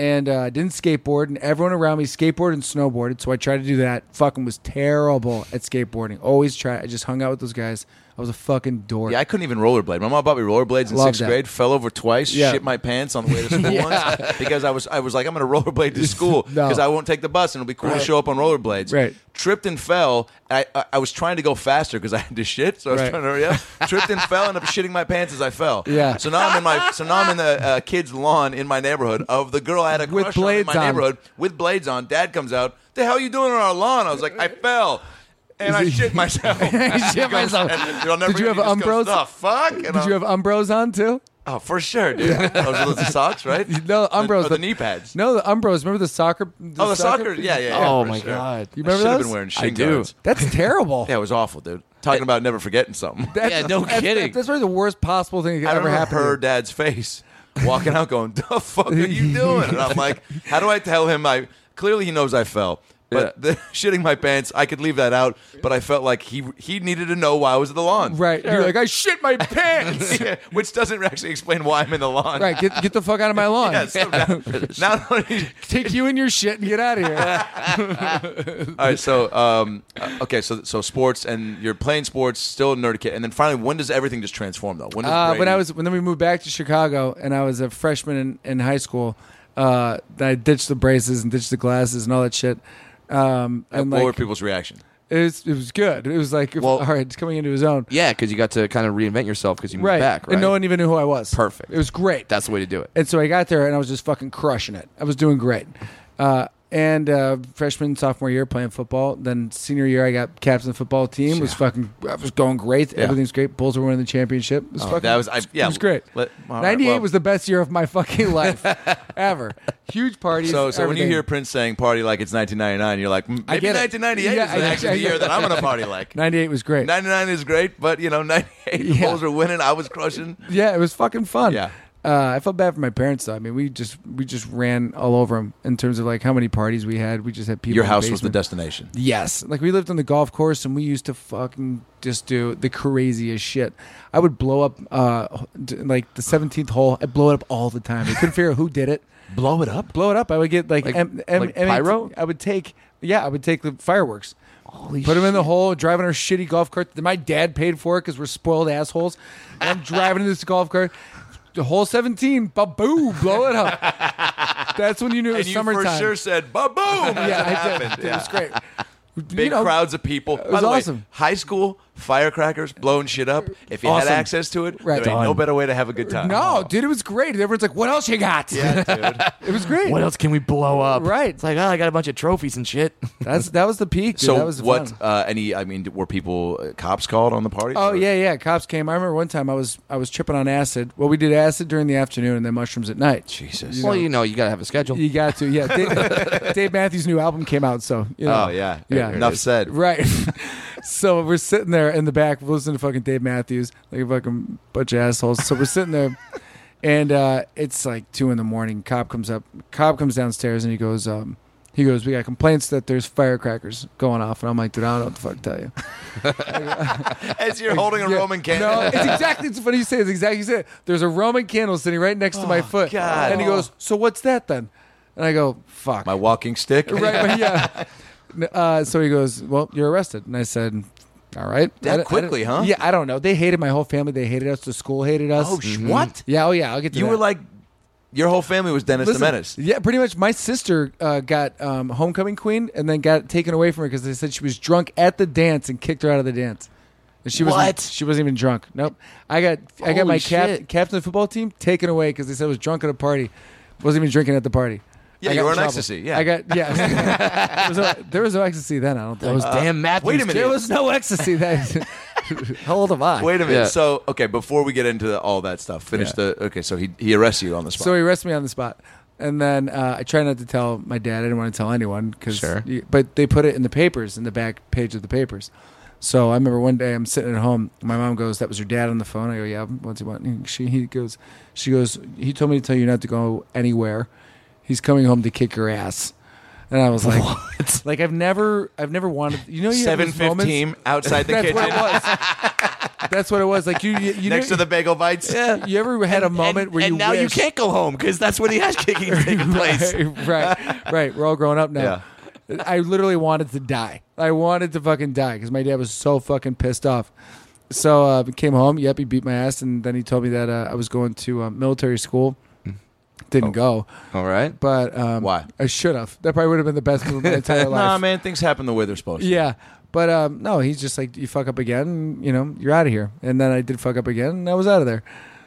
And uh, I didn't skateboard, and everyone around me skateboarded and snowboarded. So I tried to do that. Fucking was terrible at skateboarding. Always tried. I just hung out with those guys. I was a fucking dork.
Yeah, I couldn't even rollerblade. My mom bought me rollerblades in
Love
sixth
that.
grade. Fell over twice.
Yeah.
Shit my pants on the way to school once because I was I was like I'm going to rollerblade to school
No.
because I won't take the bus and it'll be cool to show up on rollerblades.
Right.
Tripped and fell. I I, I was trying to go faster because I had to shit, so I was
Right.
trying to hurry up. Tripped and fell, and up shitting my pants as I fell.
Yeah.
So now I'm in my so now I'm in the uh, kid's lawn in my neighborhood of the girl I had a
With
crush on in
blades
my
on.
neighborhood with blades on. Dad comes out. The hell you doing on our lawn? I was like I fell. And I shit myself.
I shit
He goes,
myself.
"And you'll never
Did you
get it."
have
He just goes,
Umbros?
"The fuck? And
Did you have Umbros on too?
Oh, for sure, dude. Those are the socks, right?
No, Umbros.
The, the knee pads.
No, the Umbros. Remember the soccer?
oh, the soccer. Yeah, yeah. yeah
oh
for
my
sure.
god.
You
I
remember
should have
those?
been wearing
I
shin
do.
guards.
That's terrible.
Yeah, it was awful, dude. Talking about never forgetting something.
That's,
Yeah, no
that's-
kidding.
That's probably the worst possible thing that
I
could ever
remember
happen.
her dad's face walking out, going, "The fuck are you doing?" And I'm like, "How do I tell him?" I clearly he knows I fell, but the, shitting my pants, I could leave that out. But I felt like he he needed to know why I was at the lawn,
Right. You're like, I shit my pants.
Yeah, which doesn't actually explain why I'm in the lawn.
right. Get, get the fuck out of my lawn.
Yeah, so now, not only
Take you and your shit and get out of here.
All right, so um, uh, okay, so so sports and you're playing sports, still a nerd kid, and then finally, when does everything just transform though? When does
Uh, when
Brady-
I was when then we moved back to Chicago and I was a freshman in, in high school, uh, I ditched the braces and ditched the glasses and all that shit. Um, and
what were
like
people's reaction?
it was, it was good. It was like
Well-
all right, it's coming into his own.
Yeah, because you got to kind of reinvent yourself because you moved
right.
back, right?
And no one even knew who I was.
Perfect.
It was great.
That's the way to do it.
And so I got there and I was just fucking crushing it. I was doing great. Uh, and uh, freshman, sophomore year playing football. Then senior year, I got captain of the football team. Was fucking, I was going great.
Yeah. Oh,
Everything's great. Bulls were winning the championship. It was fucking,
that was I, yeah,
it was great.
let- all right,
Ninety eight
well-
was the best year of my fucking life ever. Huge parties.
So so when you
everything.
hear Prince saying "party like it's 1999," you're like, "Mm,
I
maybe
get it.
1998
Yeah,
is
I get-
actually
I
the
get
year
it.
that I'm gonna party like."
98 was great.
99 is great, but you know, 98 the
Yeah.
Bulls were winning. I was crushing.
Yeah, it was fucking fun.
Yeah.
Uh, I felt bad for my parents though. I mean, we just we just ran all over them in terms of like how many parties we had. We just had people.
Your
in
house was the
basement.
destination.
Yes. Like we lived on the golf course and we used to fucking just do the craziest shit. I would blow up uh d- like the 17th hole. I blow it up all the time. I couldn't figure out who did it.
Blow it up.
Blow it up. I would get like,
Like-
M- M-
like
M-
pyro?
I would take yeah, I would take the fireworks.
Holy
Put them in the hole, driving our shitty golf cart. that My dad paid for it because we're spoiled assholes. And I'm driving this golf cart. The hole 17, ba boo, blow it up. That's when you knew it
And
was
you
summertime.
for sure said, "Ba boom!"
yeah, I did.
happened.
It was great.
Big
crowd.
crowds of people. By
was
the way,
awesome.
high school firecrackers, blowing shit up. If you
Awesome.
had access to it,
Right.
there ain't no
Done.
better way to have a good time.
No, dude, it was great. Everyone's like, "What else you got?"
Yeah, dude.
it was great.
What else can we blow up?
Right.
It's like, oh, I got a bunch of trophies and shit.
That's that was the peak. Dude.
so
that was
what?
fun.
Uh, any? I mean, were people uh, cops called on the party?
Oh
Or-
yeah, yeah. Cops came. I remember one time I was I was tripping on acid. Well, we did acid during the afternoon and then mushrooms at night.
Jesus.
well, you know, you gotta have a schedule.
You got to, yeah. Dave, Dave Matthews' new album came out, so you know.
Oh yeah.
Yeah.
Enough said.
Right. so we're sitting there in the back listening to fucking Dave Matthews, like a fucking bunch of assholes. So we're sitting there and uh, it's like two in the morning. Cop comes up cop comes downstairs and he goes, um, he goes, We got complaints that there's firecrackers going off and I'm like, dude, I don't know what the fuck to tell you.
As you're holding a
Yeah.
Roman candle.
No, it's exactly it's funny you say it. it's exactly you said. it. There's a Roman candle sitting right next to my foot.
Oh, God.
And he goes, So what's that then? And I go, Fuck.
My walking stick.
right, but yeah. N- Uh, so he goes, "Well, you're arrested," and I said, "All right."
That
I don't- I
quickly,
don't-
huh?
Yeah, I don't know. They hated my whole family. They hated us. The school hated us.
Oh, sh- what?
yeah, oh yeah. I'll get to
You
that.
were like, your whole family was Dennis
Listen,
the Menace.
Yeah, pretty much. My sister uh, got um, homecoming queen and then got taken away from her because they said she was drunk at the dance and kicked her out of the dance. And she
What?
wasn't. She wasn't even drunk. Nope. I got. I got
Holy
my cap,
shit.
captain of the football team taken away because they said I was drunk at a party. Wasn't even drinking at the party.
Yeah,
I
you
got
were
in
on
trouble.
ecstasy, yeah.
I got. Yeah. there, was no, there was no ecstasy then. I don't. That was
Damn, Matthews.
wait a minute.
kid.
There was no ecstasy then. How old am I?
Wait a minute.
Yeah.
So okay, before we get into the, all that stuff, finish the. Okay, so he he arrests you on the spot.
So he arrested me on the spot. And then uh, I tried not to tell my dad. I didn't want to tell anyone because,
Sure.
but they put it in the papers, in the back page of the papers. So I remember one day I'm sitting at home. My mom goes, "That was your dad on the phone." I go, "Yeah, what's he want?" And she he goes, she goes, "He told me to tell you not to go anywhere. He's coming home to kick your ass." And I was like, "Like I've never, I've never wanted." You know, you have
Seven
those moments-
fifteen outside the
That's
kitchen,
what it was. That's what it was. Like you, you, you
next to
know,
the bagel bites.
Yeah.
You ever had a moment
and,
where
and
you
now you
wish-
can't go home because that's where the ass kicking is taking place.
right, right, right. We're all grown up now. I literally wanted to die. I wanted to fucking die because my dad was so fucking pissed off. So uh, I came home. Yep, he beat my ass, and then he told me that uh, I was going to uh, military school. Didn't go,
All right.
but um,
Why?
I should have. That probably would have been the best move of my entire life.
Nah, man, things happen the way they're supposed to.
Yeah, but um, no, he's just like you fuck up again, you know, you're out of here. And then I did fuck up again, and I was out of there.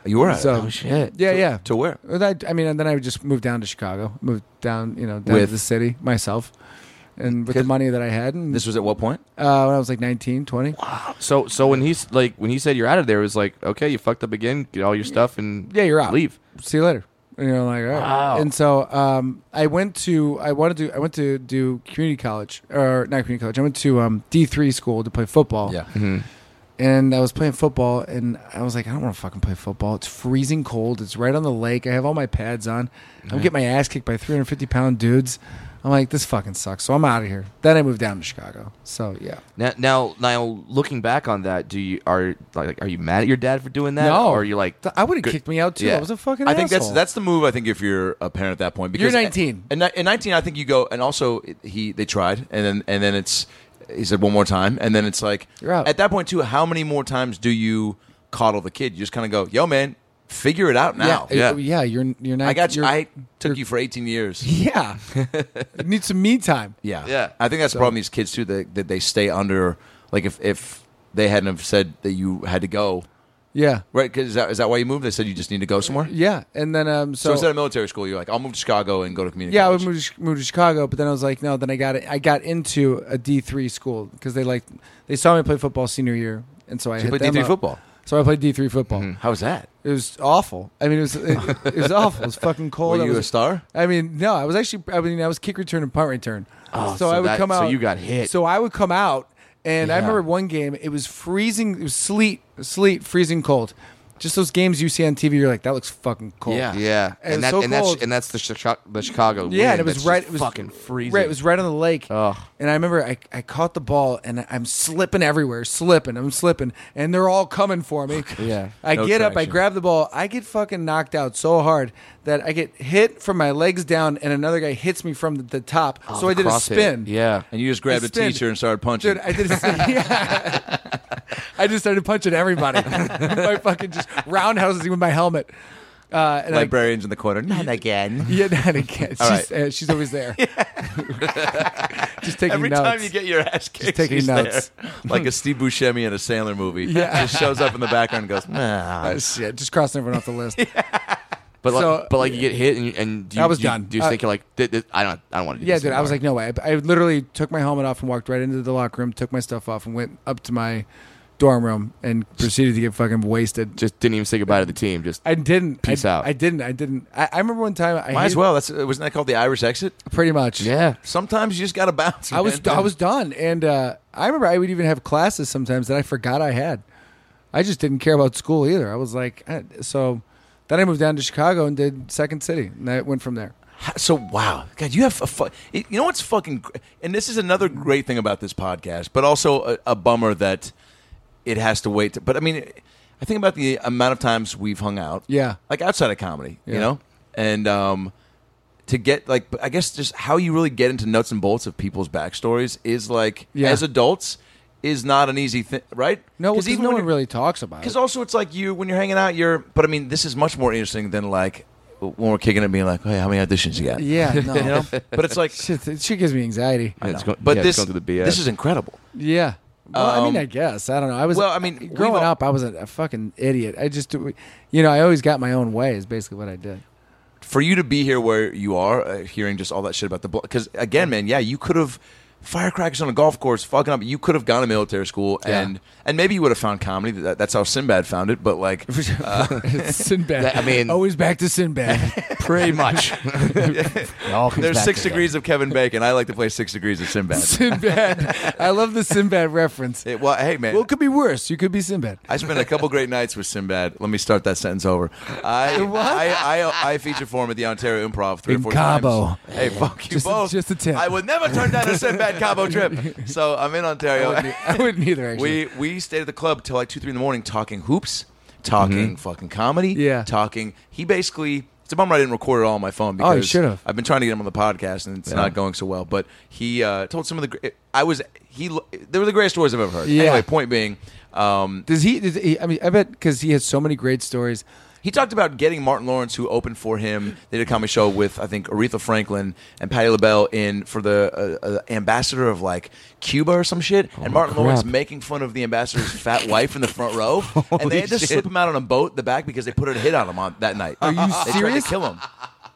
you were out.
So
Oh shit.
yeah, yeah.
to where?
And I, I mean, and then I would just moved down to Chicago, moved down, you know, down
With-
to the city myself, and with the
Because-
money that I had, and
This was at what point?
uh, when I was like 19, 20.
So so when he's like when he said you're out of there, it was like okay, you fucked up again. Get all your stuff and
Yeah, you're out.
Leave.
See you later. And you're like, all right.
Wow.
And so um, I went to, I wanted to, I went to do community college or not community college. I went to um, D three school to play football. and I was playing football, and I was like, I don't want to fucking play football. It's freezing cold. It's right on the lake. I have all my pads on. I'm getting my ass kicked by 350 pound dudes. I'm like, this fucking sucks. So I'm out of here. Then I moved down to Chicago. So yeah,
Now, now, now, looking back on that, do you are like are you mad at your dad for doing that?
No.
or are you like
Th- I would have kicked me out too.
Yeah.
I was a fucking.
I think that's
asshole.
that's the move. I think if you're a parent at that point, because
You're 19.
And in 19, I think you go. And also, it- he they tried, and then and then it's he said one more time, and then it's like
You're out.
at that point too. How many more times do you coddle the kid? You just kind of go, "Yo, man, figure it out now."
yeah, yeah. yeah you're you're not.
I got you.
you're-
I took you for 18 years.
yeah, you need some me time.
Yeah,
Yeah.
I think that's the problem. with These kids too that, that they stay under. Like if if they hadn't have said that you had to go,
Yeah,
right? Because is that, is that why you moved? They said you just need to go somewhere.
yeah. And then um,
So,
so,
instead of military school, you're like, I'll move to Chicago and go to community.
yeah, I
college.
would move to, move to Chicago, but then I was like, no. Then I got it. I got into a D three school because they like they saw me play football senior year, and so I
You
hit
played
them
D3
up.
football. Mm-hmm.
So I played D three football.
How's that?
It was awful. I mean, it was it, it was awful. It was fucking cold.
Were
I
you
was,
a star?
I mean, no, I was actually. I mean, I was kick return and punt return.
Oh, so that- so you got hit.
So I would come out, and I
Yeah.
remember one game. It was freezing. It was sleet, sleet, freezing cold. Just those games you see on TV. You're like, that looks fucking cold.
Yeah.
yeah?
It was
And that
so
and that's
cold.
and that's the Chicago, the Chicago.
Yeah,
wind
and it
that's
was right.
just
It was
fucking freezing.
Right, it was right on the lake.
Ugh.
And I remember I, I caught the ball and I'm slipping everywhere, slipping. I'm slipping, and they're all coming for me.
Yeah.
I
No
get up, I
traction.
grab the ball, I get fucking knocked out so hard that I get hit from my legs down, and another guy hits me from the, the top. so I did a
Cross it.
spin.
Oh, Yeah,
And you just grabbed
I
a
spin.
teacher and started punching.
Dude, I did. A, yeah. I just started punching everybody. I fucking just roundhouses with my helmet. Uh, and I-
Librarians in the corner. Not again.
yeah, not again. She's,
right.
uh, she's always there. just taking
Every
notes.
time you get your ass kicked,
taking
she's
notes.
there. like a Steve Buscemi in a Sandler movie.
Yeah.
just shows up in the background and goes, nah.
Uh, shit, just crossing everyone off the list.
But like,
So-
but like you get hit and, and do you,
I was
do you-
done.
Do you
Uh,
think you're like, "Th- th- I don't, I don't want to do
Yeah,
this
dude. I was
anymore."
like, no way. I, I literally took my helmet off and walked right into the locker room, took my stuff off, and went up to my dorm room and proceeded to get fucking wasted.
just didn't even say goodbye to the team. Just
I didn't.
Peace
I,
out.
I didn't. I didn't. I, I remember one time. I
Might as
hated-
well. That's wasn't that called the Irish exit?
Pretty much.
yeah,
Sometimes you just gotta bounce.
I was
man.
I was done, and uh, I remember I would even have classes sometimes that I forgot I had. I just didn't care about school either. I was like, eh, so. Then I moved down to Chicago and did Second City, and I went from there.
Ha- So wow, God, you have a fu- you know what's fucking, gr- and this is another great thing about this podcast, but also a, a bummer that it has to wait. To, but I mean, I think about the amount of times we've hung out,
Yeah.
like outside of comedy, you
Yeah.
know, and um, to get like, I guess just how you really get into nuts and bolts of people's backstories is like
Yeah.
as adults is not an easy thing, right?
No, because
even
no
when
one
you're-
really talks about it.
because also, it's like you when you're hanging out. You're, but I mean, this is much more interesting than like when we're kicking it, being like, "Hey, how many auditions you got?"
Yeah, no.
you know. But it's like,
Shit, it- she gives me anxiety.
Yeah, it's go-
but
yeah, it's
this,
going through the BS.
this is incredible.
Yeah. Well, I mean,
Um,
I guess I don't know. I was
well, I mean, we've
growing
all-
up, I was a, a fucking idiot. I just, you know, I always got my own way. Is basically what I did.
For you to be here where you are, uh, hearing just all that shit about the because again, man, yeah, you could have firecrackers on a golf course, fucking up. You could have gone to military school,
Yeah.
and and maybe you would have found comedy. That, that's how Sinbad found it. But like,
Sinbad.
That- I mean-
always back to Sinbad.
pretty much.
there's six degrees of Kevin Bacon. I like to play six degrees of Sinbad.
Sinbad. I love the Sinbad reference.
It- well, hey, man.
Well, it could be worse. You could be Sinbad.
I spent a couple great nights with Sinbad. Let me start that sentence over. I I, I, I feature for him at the Ontario Improv three
In
or four
Cabo.
times. Hey, fuck you
Just a-
both.
just a tip.
I would never turn down a Sinbad Cabo trip. So I'm in
I
Ontario.
wouldn't, e, I wouldn't either. Actually,
we we stayed at the club till like two three in the morning talking hoops, talking fucking comedy.
Mm-hmm. Yeah.
talking. He basically. It's a bummer I didn't record it all on my phone
Oh,
because
you should've.
I've been trying to get him on the podcast and it's not going so well. But he uh, told some of the gr- I was he they were the greatest stories I've ever heard.
Yeah.
Anyway, point being, um,
does he, does he? I mean, I bet because he has so many great stories.
He talked about getting Martin Lawrence, who opened for him. They did a comedy show with I think Aretha Franklin and Patti LaBelle in for the uh, uh, ambassador of like Cuba or some shit. and Martin Lawrence making fun of the ambassador's fat wife in the front row, and they had to slip him out on a boat in the back because they put a hit on him on that night. Are
you
they Tried
serious?
to kill him.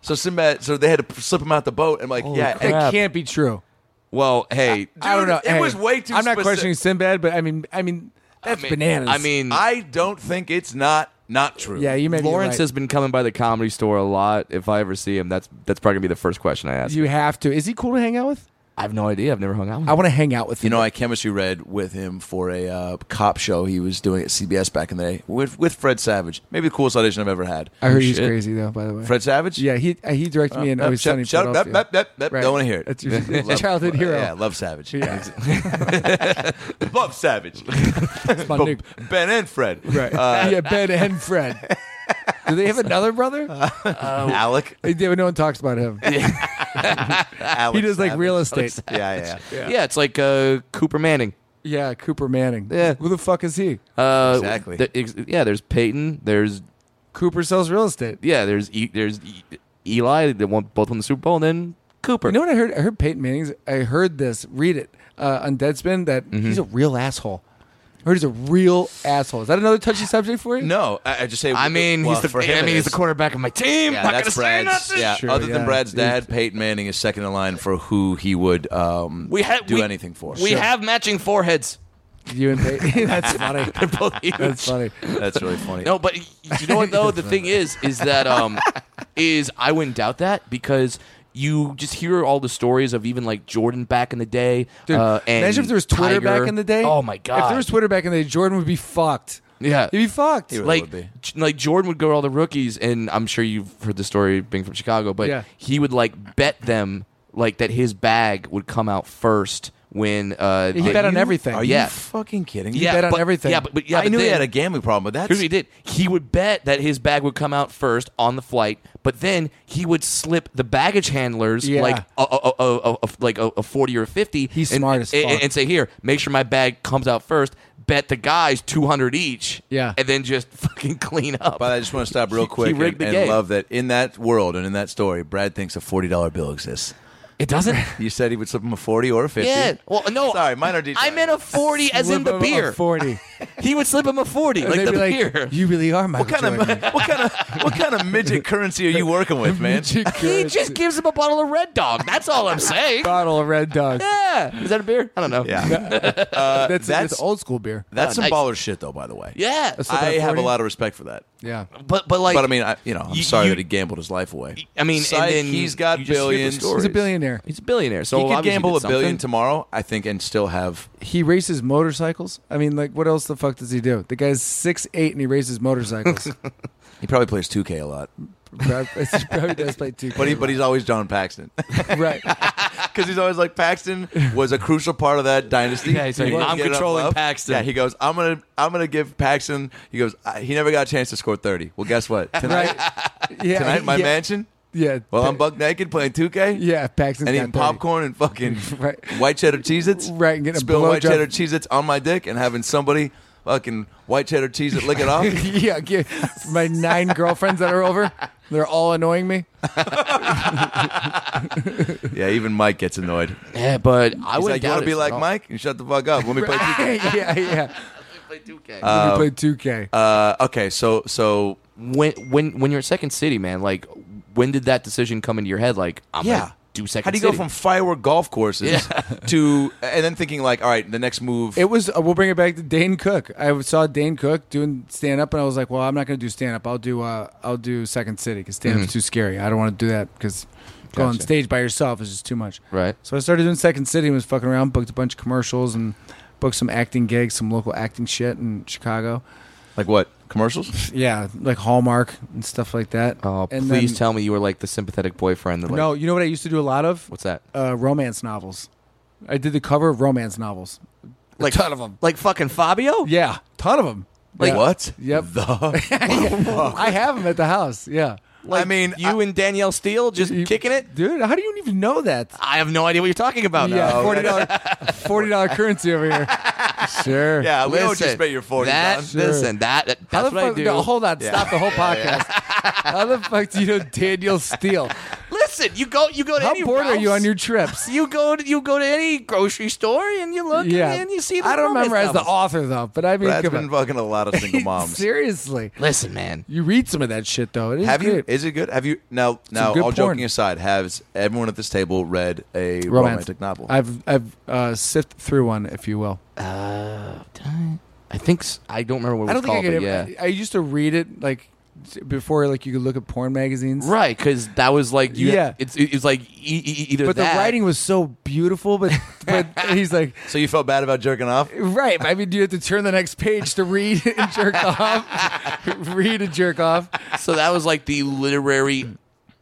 So Sinbad, so they had to slip him out the boat, and like yeah, and-
That can't be true.
well, hey,
I don't
Dude,
know.
it was way too
I'm not
specific.
questioning Sinbad, but I mean, I mean, that's
I mean,
bananas.
I mean,
I don't think it's not not true.
yeah, you may be
Lawrence
right.
has been coming by the comedy store a lot. If I ever see him, that's that's probably gonna be the first question I ask.
You have to. Is he cool to hang out with?
I have no idea. I've never hung out. With
I want to hang out with
You
him.
know, I chemistry read with him for a uh, cop show he was doing at CBS back in the day with with Fred Savage. Maybe the coolest audition I've ever had.
I heard he's
Shit.
crazy though. By the way,
Fred Savage.
Yeah, he uh, he directed me in Always
shut,
Sunny. in
shut up, up,
Philadelphia.
up, up, up.
Right.
Don't want to hear it.
That's your- your childhood
love-
hero.
Yeah, love Savage.
Yeah.
love Savage.
It's my
Bo-
new-
ben and Fred.
right.
uh,
yeah, Ben and Fred. Do they have another brother?
Um,
Alec.
They- they- no one talks about him.
Alec
He does like
Savage.
real estate.
Yeah, yeah. yeah.
yeah, it's like uh, Cooper Manning.
Yeah, Cooper Manning.
Yeah.
who the fuck is he?
Uh,
Exactly.
th- ex- yeah, there's Peyton. There's
Cooper sells real estate.
yeah, there's e- there's e- Eli. They won both won the Super Bowl, and then Cooper.
You know what I heard? I heard Peyton Manning's. I heard this. Read it uh, on Deadspin. That
Mm-hmm.
he's a real asshole. I heard he's a real asshole. Is that another touchy subject for you?
No, I, I just say.
I mean,
well,
he's the
for him
I
it
mean, he's the
is.
quarterback of my team.
Yeah,
Not gonna
that's
say
Brad's.
nothing.
Yeah,
Sure,
other than
yeah.
Brad's
He's-
dad, Peyton Manning is second in line for who he would um,
We ha-
do
we-
anything for.
We have matching foreheads.
You and Peyton. That's funny.
They're both huge.
That's funny.
That's really funny.
No, but y- you know what though? the thing is, is that um, is I wouldn't doubt that because you just hear all the stories of even like Jordan back in the day.
Dude,
uh, and
imagine if there was Twitter
Tiger.
back in the day.
Oh my god!
If there was Twitter back in the day, Jordan would be fucked.
Yeah.
he'd be fucked.
He would.
like,
would be.
J- like Jordan would go to all the rookies, and I'm sure you've heard the story being from Chicago, but
Yeah.
he would like bet them like that his bag would come out first when uh,
He
the-
bet on everything.
Are
Yeah.
you fucking kidding me?
yeah,
bet on
but-
everything.
Yeah, but, but yeah,
I
but
knew he
then-
had a gambling problem, but that's
Here's what he did. He would bet that his bag would come out first on the flight, but then he would slip the baggage handlers
Yeah.
like a, a, a, a, a- like a, a forty or a fifty.
He's
and,
smart as
and,
fuck.
and say, "Here, make sure my bag comes out first. bet the guys 200 each
Yeah.
and then just fucking clean up.
But I just want to stop real
He- he
quick
rigged
and,
the
and
game.
love that in that world and in that story, Brad thinks a forty dollar bill exists.
it doesn't.
You said he would slip him a forty or a fifty.
Yeah. Well, no.
Sorry, minor detail.
I meant a 40 as in the
Slip him a
beer.
Forty.
He would slip him a 40 like
They'd
the
be like,
beer.
You really are Michael
What kind of
Jordan.
what kind of what kind of midget currency are you working with, man?
He just gives him a bottle of Red Dog. That's all I'm saying.
bottle of Red Dog.
Yeah. Is that a beer? I don't know.
Yeah, Uh,
that's,
that's-
that's old school beer.
that's
Oh,
some
nice.
baller shit, though. By the way,
Yeah.
That's-
I have a
40?
lot of respect for that.
Yeah.
But but like
but I mean, I, you know, I'm
you-
sorry
you-
that he gambled his life away.
I mean, and
Psych,
then
he's got
you just hear the
billions.
stories.
He's a billionaire.
he's a billionaire. So
he could
obviously
gamble a
did something.
billion tomorrow, I think, and still have.
He races motorcycles. I mean, like, what else the fuck does he do? The guy's six eight and he races motorcycles.
He probably plays 2K a lot,
Prob- he probably does play two.
but he but he's always John Paxton
right.
because he's always like Paxton was a crucial part of that dynasty.
Yeah, he's like,
He was
"I'm
getting up
controlling
low."
Paxton.
Yeah, he goes, I'm gonna I'm gonna give Paxton. He goes, "I- he never got a chance to score 30. Well, guess what? Tonight,
Right. Yeah.
tonight, my
yeah,
mansion.
Yeah.
Well,
Pa-
I'm buck naked playing 2K.
Yeah, Paxton's
and
got
eating
thirty.
popcorn and fucking
Right.
white cheddar Cheez-Its.
Right, and getting a
spilling white
blowjob.
cheddar Cheez-Its on my dick and having somebody fucking white cheddar Cheez-It lick it off.
yeah, yeah. my nine girlfriends that are over, they're all annoying me.
yeah, even Mike gets annoyed. He's
Yeah, but I
like,
wouldn't
you want
doubt
to
it
be
at
like
all.
Mike? You shut the fuck up. Let me play 2K.
yeah, yeah.
Uh,
Um,
Let me play two K.
Uh, okay, so so
when when when you're at Second City, man, like when did that decision come into your head? Like I'm
yeah.
gonna do Second.
How do you
City?
go from firework golf courses
Yeah.
to and then thinking like, all right, the next move?
It was. Uh, we'll bring it back to Dane Cook. I saw Dane Cook doing stand up, and I was like, "Well, I'm not going to do stand up. I'll do. Uh, I'll do Second City because stand up's too scary. I don't want to do that because going on
Mm-hmm. Gotcha.
stage by yourself is just too much."
right?
So I started doing Second City and was fucking around, booked a bunch of commercials and booked some acting gigs, some local acting shit in Chicago.
like what commercials?
Yeah, like Hallmark and stuff like that.
Oh,
And
please
then-
tell me you were like the sympathetic boyfriend. That, like,
no, you know what I used to do a lot of?
what's that?
Uh, romance novels. I did the cover of romance novels.
Like ton of them. Like fucking Fabio.
Yeah, ton of them.
Like what?
Yep.
The
I have them at the house. Yeah.
Like
I mean,
you and Danielle Steele just
You-
kicking it.
Dude, how do you even know that?
I have no idea what you're talking about. Uh,
yeah,
now.
forty dollar, forty dollar currency over here. Sure.
yeah, we
Uh, listen,
don't just spent your forty.
That,
John.
Listen, that, that
How
that's
the
what I
fuck?
do.
No, hold on.
Yeah.
Stop the whole podcast. How the fuck do you know Daniel Steele?
Listen, you go, you go to
How
any
bored are you
Ralph's,
on your trips?
You go, to, you go to any grocery store and you look and, and you see. The
I don't
romance
memorize the
novels.
author though, but I mean,
Brad's
come
been
on.
fucking a lot of single moms.
Seriously,
Listen, man.
you read some of that shit though. It is
Have you?
great.
Is it good? Have you? Now, now,
good
all joking
porn.
aside, has everyone at this table read a
Romance.
romantic novel?
I've I've uh, sifted through one, if you will.
Uh, did I I think s- I don't remember what
I
it
don't
was
think I
called. but
could.
yeah,
Ever, I, I used to read it like before, like you could look at porn magazines.
right. Because that was like, you,
Yeah.
it's it's like e- e- either
But
that.
the writing was so beautiful. But but he's like.
so you felt bad about jerking off?
Right. but I mean, you have to turn the next page to read and jerk off. read and jerk off.
So that was like the literary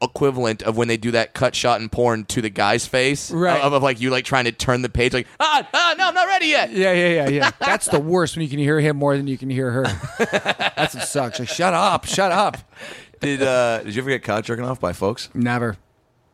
equivalent of when they do that cut shot in porn to the guy's face,
Right.
Of, of like you like trying to turn the page, like ah, ah no, I'm not ready yet.
Yeah, yeah, yeah, yeah. That's the worst when you can hear him more than you can hear her. That's what sucks. Like, shut up, shut up.
Did uh, Did you ever get caught jerking off by folks?
Never.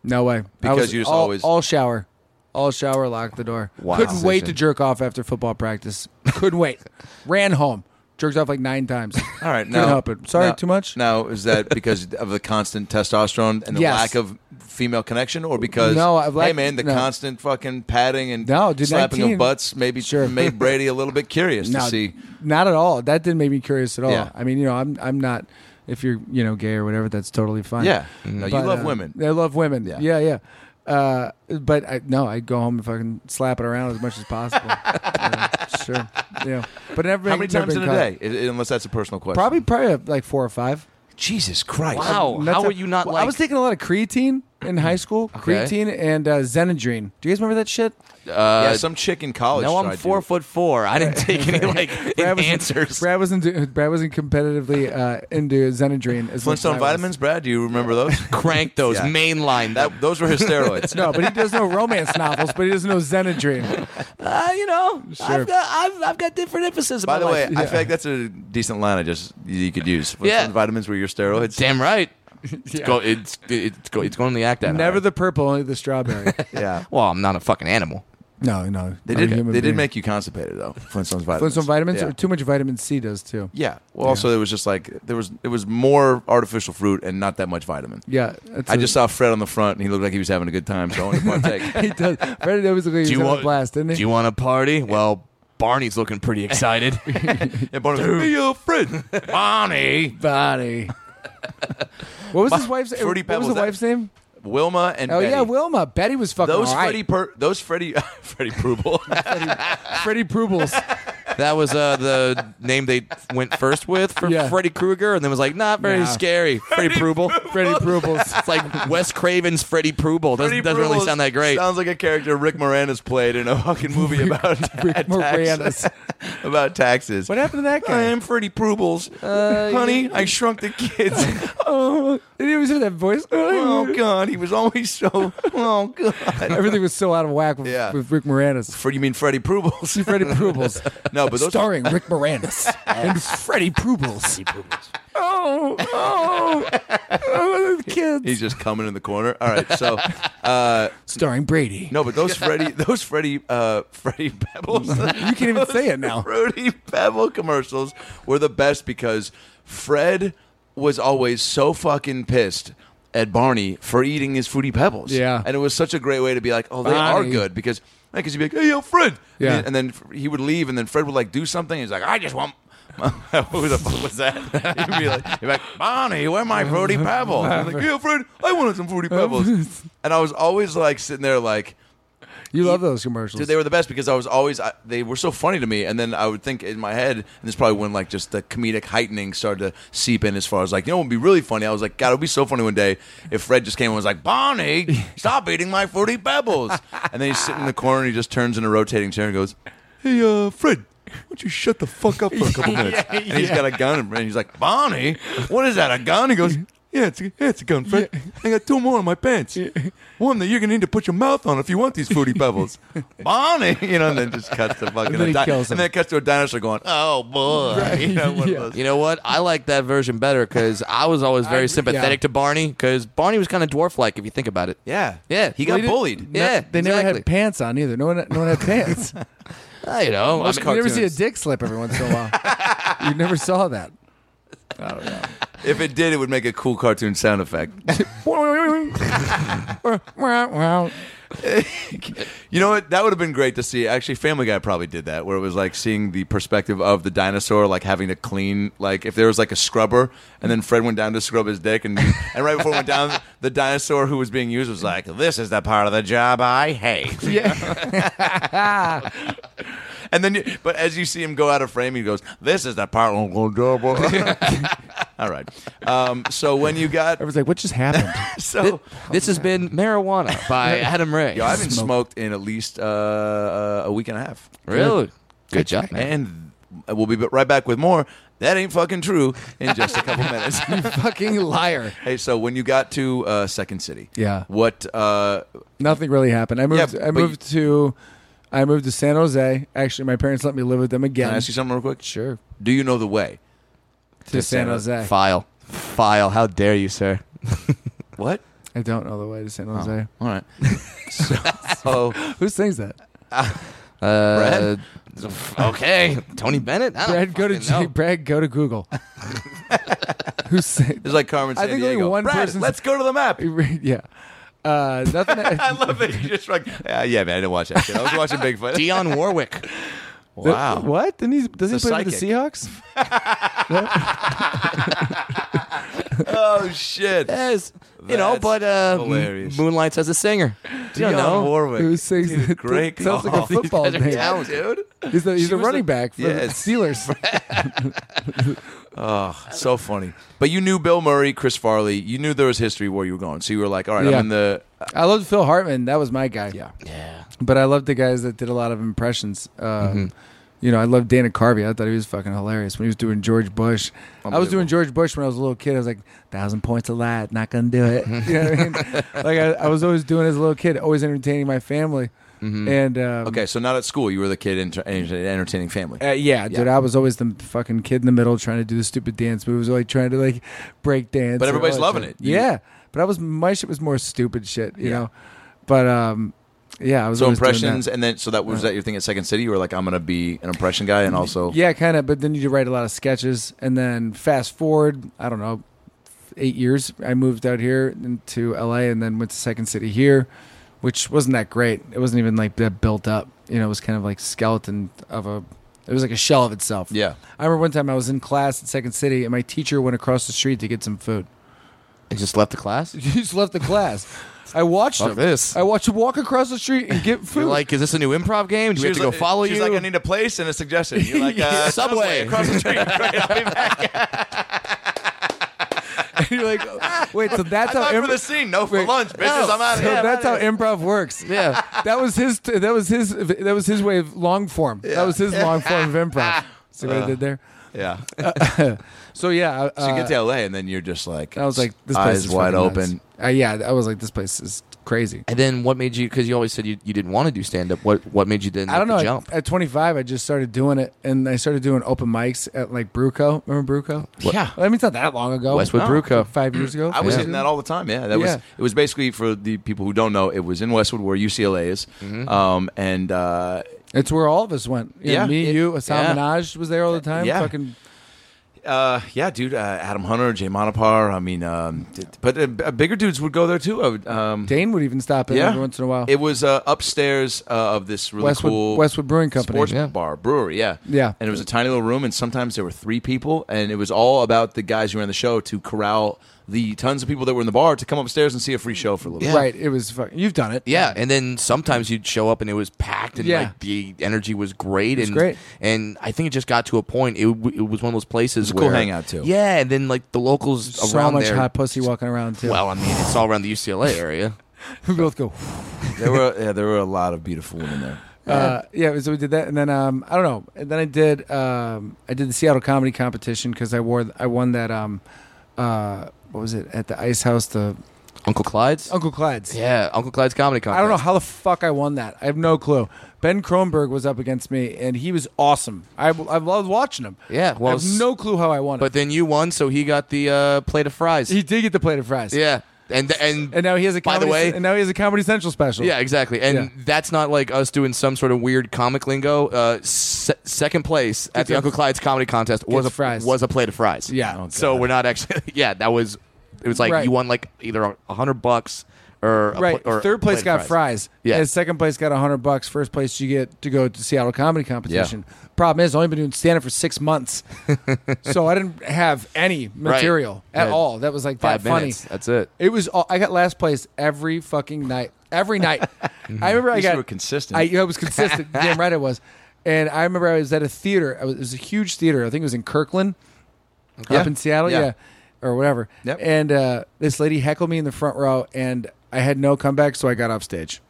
No way. I
Because
was
you just
all,
always-
all shower. All shower, lock the door.
Wow.
Couldn't wait
Position.
to jerk off after football practice. Couldn't wait. Ran home. Jerked off like nine times.
All right,
Couldn't
now
help it. Sorry,
now-
too much?
Now is that because of the constant testosterone and the
Yes.
lack of female connection, or because
No, I've
hey
lacked-
man, the
no.
constant fucking patting and
No, dude,
slapping
19
of butts maybe
Sure.
made Brady a little bit curious
No,
to see.
Not at all. That didn't make me curious at all.
Yeah.
I mean, you know, I'm I'm not. If you're you know gay or whatever, that's totally fine.
Yeah, no, you
But,
love
uh,
women.
I love women.
Yeah.
Yeah, yeah. Uh, but I, no, I go home and fucking slap it around as much as possible. Uh, sure. Yeah. But never.
How many
been- never
times in
been
a
caught.
day? I- Unless that's a personal question.
Probably, probably uh, like four or five.
Jesus Christ!
Wow.
And
how
that's
were you not
Well,
like-
I was taking a lot of creatine in high school.
Okay.
Creatine and uh, Xenadrine. Do you guys remember that shit?
Yeah,
Uh,
some chick in college.
no,
tried
I'm
to-
four foot four. I didn't take any like
was-
answers.
Brad wasn't. do- Brad wasn't competitively uh, into Xenadrine as much as I
Flintstone
was.
vitamins, Brad. Do you remember those?
Crank those
Yeah.
mainline. That
That, those were his steroids.
No, but he does know romance novels, but he doesn't know Xenadrine.
uh, you know,
Sure.
I've got I've, I've got different emphasis. in
By
my
the way,
life.
I feel like that's a decent line. I just you could use.
Yeah.
Flintstone vitamins were your steroids.
damn right. It's, go, it's, it's, go, it's going to the act that
Never
hard.
the purple, only the strawberry.
Yeah.
Well, I'm not a fucking animal.
No, no.
They
not a
did.
human
They did
being.
make you constipated though. Flintstones vitamins.
Flintstone vitamins
Yeah.
or too much vitamin C does too.
yeah. Well, also there was just like there was it was more artificial fruit and not that much vitamin.
Yeah, that's
I
a-
just saw Fred on the front and he looked like he was having a good time, so I wanted to partake.
he does. Fred was like he was having a blast, didn't he?
Do you want a party? Well, Barney's looking pretty excited.
and Barney was like, "Hey, yo, Fred,
Barney.
Body. what was his wife's?
Fruity
what
Pebbles,
was the
that-
wife's name?
Wilma, and
Oh
Betty.
yeah, Wilma. Betty was fucking
those
all right.
Freddy, per- those Freddy, Freddy Prubel.
Freddy Prubles.
That was uh, the name they went first with for
Yeah.
Freddy Krueger, and then was like, not very
Nah.
scary. Freddy Prubel.
Freddy Prubles.
It's like Wes Craven's Freddy Prubel. Doesn't,
Freddy
doesn't really
Pruebles
sound that great.
Sounds like a character Rick Moranis played in a fucking movie about
Rick
tax-
Moranis.
about taxes.
What happened to that
I
guy?
am Freddy Prubels.
Uh,
Honey,
yeah.
I shrunk the kids.
Oh, did he always have that voice?
oh God, he was always so. Oh God.
Everything was so out of whack with,
Yeah.
with Rick Moranis.
For you mean Freddy Prubels?
Freddy Prubles.
No, but those
Starring Rick Moranis and Freddy Prubles. Oh, oh, oh, the kids.
he's just coming in the corner. All right, so uh,
Starring Brady.
no, but those Freddy, those Freddy, uh, Freddy Pebbles.
You can't even say it now.
Fruity Pebble commercials were the best because Fred was always so fucking pissed at Barney for eating his Fruity Pebbles.
Yeah.
And it was such a great way to be like, oh, they
Barney.
are good because because he'd be like, hey, yo, Fred.
Yeah.
And then, and then he would leave and then Fred would like do something. He's like, I just want. Who the fuck was that? He'd be like, he'd be like Barney, where my Fruity Pebble? I'm like, yeah, Fred, I wanted some Fruity Pebbles. and I was always like sitting there like,
You love those commercials.
Dude, they were the best because I was always I, they were so funny to me, and then I would think in my head, and this is probably when like just the comedic heightening started to seep in. As far as like, you know, what would be really funny. I was like, God, it would be so funny one day if Fred just came and was like, Bonnie, stop eating my fruity pebbles, and then he's sitting in the corner and he just turns in a rotating chair and goes, Hey, uh, Fred. Why don't you shut the fuck up for a couple minutes? And he's got a gun, and he's like, "Bonnie, what is that? A gun?" He goes, "Yeah, it's a, yeah, it's a gun, Fred. I got two more in my pants. One that you're gonna need to put your mouth on if you want these fruity pebbles." Bonnie, you know, and then just cuts the fucking,
And then he
di-
kills him.
and then it cuts to a dinosaur going, "Oh boy," you know, one
Yeah.
of those.
You know what? I like that version better because I was always very
I-
sympathetic
yeah.
to Barney because Barney was kind of dwarf-like if you think about it.
Yeah,
Yeah.
He
Well,
got
he did-
bullied.
Yeah,
they never
exactly.
had pants on either. No one, no one had pants.
Uh, you know, I
you
mean,
never see a dick slip every once in a while. you never saw that.
If it did, it would make a cool cartoon sound effect. You know what? That would have been great to see. Actually, Family Guy probably did that, where it was like seeing the perspective of the dinosaur, like having to clean, like if there was like a scrubber, and then Fred went down to scrub his dick, and and right before it went down, the dinosaur who was being used was like, "This is the part of the job I hate."
yeah.
And then, you, but as you see him go out of frame, he goes, "This is the part I'm gonna double." All right. Um, so when you got
I was like, what just happened?
so.
This has been Marijuana by Adam Ray.
Yo, I haven't smoked in at least uh, uh, a week and a half.
really? Good job, man.
And we'll be right back with more. That ain't fucking true in just a couple minutes.
Fucking liar.
hey, so when you got to uh, Second City,
Yeah.
what? Uh,
Nothing really happened. I moved.
Yeah,
I
but
moved to. I moved to San Jose. Actually, my parents let me live with them again.
can I ask you something real quick?
Sure.
Do you know the way?
To, San Jose.
File. File. How dare you, sir?
What?
I don't know the way to San
Oh.
Jose.
All right. so,
Who sings that?
Uh, Okay. Tony Bennett? I don't
Brad, go to
fucking know.
G- Brad, go to Google. Who sang?
it's like Carmen.
I
San
think only
Diego.
one
Brad,
person's-
Let's go to the map.
yeah. Uh, nothing.
I love that you just like. Yeah, yeah, man. I didn't watch that shit. I was watching Bigfoot.
Dionne Warwick.
wow.
What? Didn't he? Does he
The
play with the
psychic.
Seahawks?
Oh shit.
Yes. You know,
That's
but uh,
hilarious.
Moonlights as a singer. Do you
Dionne
know?
Warwick.
Who sings
Dude,
that?
great
Sounds like
call.
a football
guys are
name.
talented.
Yeah, dude.
He's the, he's
She
the
was
running
the-
back for the
Yes.
Steelers.
Oh, so funny. But you knew Bill Murray, Chris Farley. You knew there was history where you were going. So you were like, all right,
Yeah. Um,
I'm in the.
I loved Phil Hartman. That was my guy.
Yeah.
Yeah.
But I loved the guys that did a lot of impressions. Um, You know, I loved Dana Carvey. I thought he was fucking hilarious when he was doing George Bush. I was doing George Bush when I was a little kid. I was like, thousand points a lot, not gonna do it. You know what I mean? Like I, I was always doing it as a little kid, always entertaining my family.
Mm-hmm.
Mm.
And um,
Okay, so not at school. You were the kid enter- entertaining family.
Uh, yeah, dude, I was always the fucking kid in the middle trying to do the stupid dance moves, like trying to like break dance.
But
and
everybody's
all that
loving
shit.
it. You-
yeah, but I was my shit was more stupid shit, you
Yeah.
know. But um, Yeah, I was
So
always doing that.
impressions, and then so that was that your thing at Second City. You were like, I'm gonna be an impression guy, and also
Yeah, kind of. But then you write a lot of sketches, and then fast forward, I don't know, eight years. I moved out here into LA, and then went to Second City here, which wasn't that great. It wasn't even like that built up. You know, it was kind of like skeleton of a. It was like a shell of itself.
Yeah.
I remember one time I was in class at Second City, and my teacher went across the street to get some food.
I just left the class.
He just left the class. I watched
Fuck
him.
this.
I watched him walk across the street and get
You're
food.
like, is this a new improv game? Do we
She
have
was
to go
like-
follow
she was
you?
like, I need a place and a suggestion. You're like, uh,
Subway.
across the street. Right, I'll be back.
You're like, wait, so that's
I'm
how
out
im-
for the scene. No, for
Wait.
lunch, bitches. I'm out of
so
here.
that's how improv works.
yeah.
that was his. That was his. That was his way of long form. That was his long form of improv. See what I did there?
Yeah.
So yeah, uh,
So you get to LA, and then you're just like,
I was like, this place
eyes
is
wide
fucking
open.
nuts. Uh, yeah, I was like, this place is crazy.
And then what made you? Because you always said you, you didn't want to do stand up. What what made you then?
I don't know.
make the
I-
Jump.
At 25, I just started doing it, and I started doing open mics at like Bruco. Remember Bruco?
Yeah.
I mean, it's not that long ago.
Westwood Brewco.
five years ago.
Oh. I was
Yeah.
hitting that all the time. Yeah, that was
Yeah.
it. Was basically for the people who don't know, it was in Westwood where UCLA is, um, and uh,
It's where all of us went. Yeah,
Yeah.
me,
It-
you, Assam
yeah.
Minaj was there all the time.
Yeah.
Fucking
uh, yeah, dude, uh, Adam Hunter, Jay Monopar. I mean, um, d- but uh, b- bigger dudes would go there too. I would, um,
Dane would even stop in
yeah,
every once in a while.
It was uh, upstairs uh, of this really
Westwood
cool
Westwood Brewing Company.
sports
yeah.
bar brewery. Yeah,
Yeah.
and it was a tiny little room, and sometimes there were three people, and it was all about the guys who ran the show to corral the tons of people that were in the bar to come upstairs and see a free show for a little. bit.
Right. It was. Fuck, you've done it.
Yeah, and then sometimes you'd show up and it was packed, and
Yeah.
like the energy was great.
was
and
great.
And I think it just got to a point. It, w- it was one of those places.
It was a cool
where-
hangout, too.
Yeah, and then like the locals
so
around
much
there.
hot pussy walking around too.
well, I mean, it's all around the UCLA area.
we both go.
there were yeah, there were a lot of beautiful women there.
Uh, yeah, so we did that, and then um, I don't know. And then I did um, I did the Seattle comedy competition because I wore I won that um, uh, what was it at the Ice House the
Uncle Clyde's.
Uncle Clyde's.
Yeah, Uncle Clyde's comedy contest.
Oh, I don't know how the fuck I won that. I have no clue. Ben Kronberg was up against me, and he was awesome. I, I loved watching him.
Yeah, well,
I have no clue how I won it.
But then you won, so he got the uh, plate of fries.
he did get the plate of fries.
yeah, and and
and now he has a
By the
comedy,
way-
and now he has a Comedy Central special.
Yeah, exactly. And
Yeah.
that's not like us doing some sort of weird comic lingo. Uh, se- second place at the
a-
Uncle Clyde's comedy contest was a
fries.
was a plate of fries.
Yeah. Oh,
so we're not actually. Yeah, that was. It was like
Right.
you won like either a hundred bucks or a
Right.
pla- or
Third place
plate of
got
fries.
fries.
Yeah.
And second place got hundred bucks. First place you get to go to Seattle Comedy Competition. Problem is, I've only been doing stand up for six months, so I didn't have any material at
Yeah.
all. That was like
Five
that funny.
minutes. That's it.
It was. All, I got last place every fucking night. Every night. I remember
Mm-hmm.
I
least you
got
were consistent.
I, I was consistent. Damn right I was. And I remember I was at a theater. I was, it was a huge theater. I think it was in Kirkland,
Yeah.
up in Seattle.
Yeah.
Yeah. Or whatever,
Yep.
and uh, this lady heckled me in the front row, and I had no comeback, so I got off stage.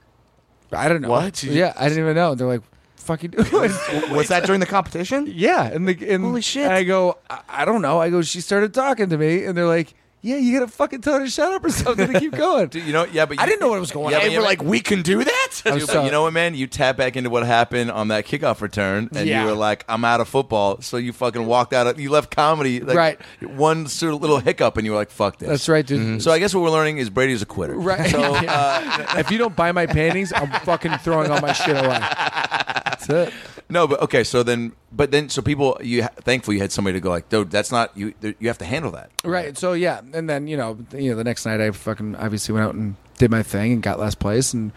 I don't know
What? You-
Yeah, I didn't even know. They're like, "Fuck you doing?"
Was that during the competition?
Yeah, and the and,
Holy shit.
And I go, I, I don't know. I go, she started talking to me, and they're like, "Yeah, you gotta fucking tell her to shut up or something to keep going."
Dude, you know, yeah, but
I
you-
didn't know what was going
Yeah,
on.
but
and
you
we're
know-
like, we can do that.
I'm
Dude, but
sorry.
you know what, man? You tap back into what happened on that kickoff return, and
Yeah.
you were like, "I'm out of football," so you fucking walked out. Of, you left comedy, like,
Right.
One sort of little hiccup, and you were like, "Fuck this."
That's right, dude.
So I guess what we're learning is Brady's a quitter.
Right.
So uh,
Yeah. if you don't buy my paintings, I'm fucking throwing all my shit away. That's it.
no, but okay. So then, but then, so people, you ha- thankfully you had somebody to go like, "Dude, that's not you. th- You have to handle that."
Right. So yeah, and then you know, th- you know, the next night I fucking obviously went out and did my thing and got last place and.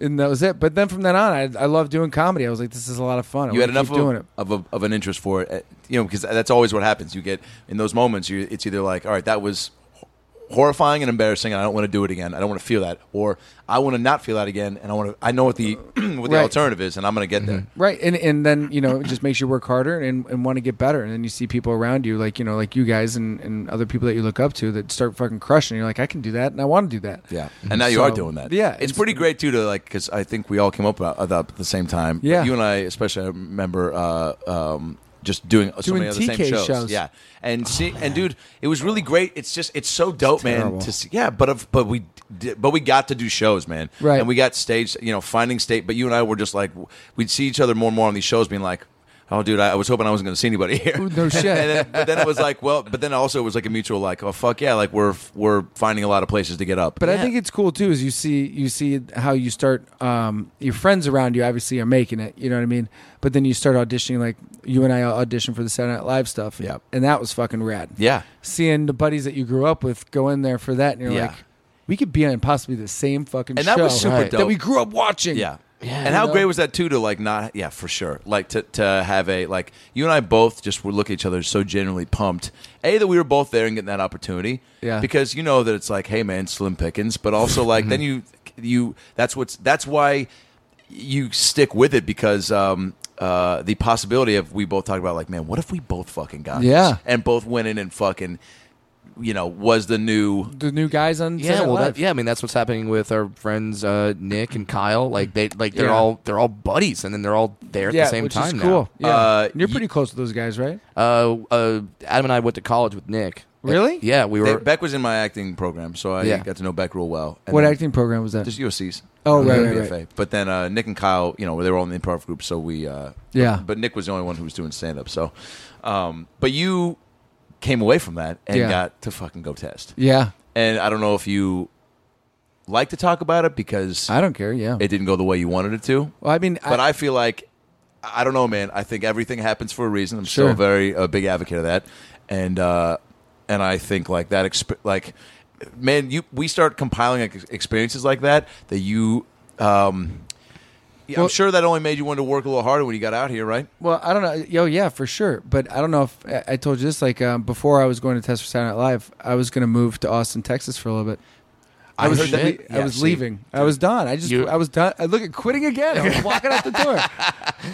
And that was it. But then from then on, I, I loved doing comedy. I was like, this is a lot of fun. I
you had
wanna
enough
keep
of,
doing it.
Of, a, of an interest for it, uh, you know, because that's always what happens. You get in those moments, you, it's either like, all right, that was h- horrifying and embarrassing, and I don't want to do it again. I don't want to feel that, or I want to not feel that again, and I want to. I know what the what the
Right.
alternative is, and I'm going to get there.
Right. And and then, you know, it just makes you work harder and, and want to get better. And then you see people around you, like, you know, like you guys and, and other people that you look up to that start fucking crushing. You're like, I can do that and I want to do that.
Yeah, and now you are
So,
doing that.
yeah,
it's
it's-
pretty great too to like because I think we all came up about, about at the same time.
Yeah.
you and I especially I remember uh, um, just doing, so
Doing
many of the same
TK
shows.
shows. Oh,
Yeah, and see, and dude, it was really great. It's just it's so dope, man.
terrible.
To see, yeah, but of, but we did, but we got to do shows, man.
Right.
and we got stage, you know, finding state. But you and I were just like we'd see each other more and more on these shows, being like. oh, dude, I, I was hoping I wasn't going to see anybody here.
Ooh, no shit.
and then, but then it was like, well, but then also it was like a mutual, like, oh fuck yeah, like we're we're finding a lot of places to get up.
But I think it's cool too, is you see you see how you start. Um, your friends around you obviously are making it. You know what I mean. But then you start auditioning, like you and I auditioned for the Saturday Night Live stuff.
Yep.
and that was fucking rad.
yeah,
seeing the buddies that you grew up with go in there for that, and you're
Yeah.
like, we could be on possibly the same fucking
And
show
that was super
Right. that
dope.
we grew up watching.
yeah.
Yeah,
and how
you know.
great was that too to like not yeah for sure like to, to have a like you and I both just were look at each other so genuinely pumped a that we were both there and getting that opportunity
Yeah.
because you know that it's like hey man slim pickings but also like then you you that's what's that's why you stick with it because um uh the possibility of we both talked about like man what if we both fucking got this?
Yeah.
and both went in and fucking you know was the new
the new guys on
Yeah,
Saturday
well,
Night
that,
Live.
yeah. I mean, that's what's happening with our friends uh, Nick and Kyle. Like they, like they're
Yeah.
all they're all buddies, and then they're all there at
Yeah,
the same
which
time
is cool.
now.
Yeah,
Uh,
And you're
y-
pretty close to those guys, right?
Uh, uh, Adam and I went to college with Nick.
Really?
Yeah, we were.
Beck was in my acting program so I
Yeah.
got to know Beck real well And
what
then-
acting program was that?
Just USC's.
Oh,
Uh,
right,
the
right,
BFA. But then uh, Nick and Kyle, you know, they were all in the improv group, so we. Uh,
Yeah.
But Nick was the only one who was doing stand up. So, um, but you came away from that and
Yeah.
got to fucking go test.
yeah,
And I don't know if you like to talk about it because
I don't care. Yeah,
it didn't go the way you wanted it to.
well, I mean,
But I, feel like I don't know, man. I think everything happens for a reason. I'm still
Sure.
a very a big advocate of that, and uh, and I think like that. Exp- like, man, you we start compiling ex- experiences like that that you. Um, yeah, I'm
Well-
sure that only made you want to work a little harder when you got out here, right?
Well, I don't know. Yo, yeah, for sure. But I don't know if I- I told you this. Like um, before, I was going to test for Saturday Night Live. I was going to move to Austin, Texas for a little bit. I,
I
was
heard that-
le- I
yeah,
was
see.
leaving. I was done. I just
You-
I was done. I look at quitting again. I was walking out the door.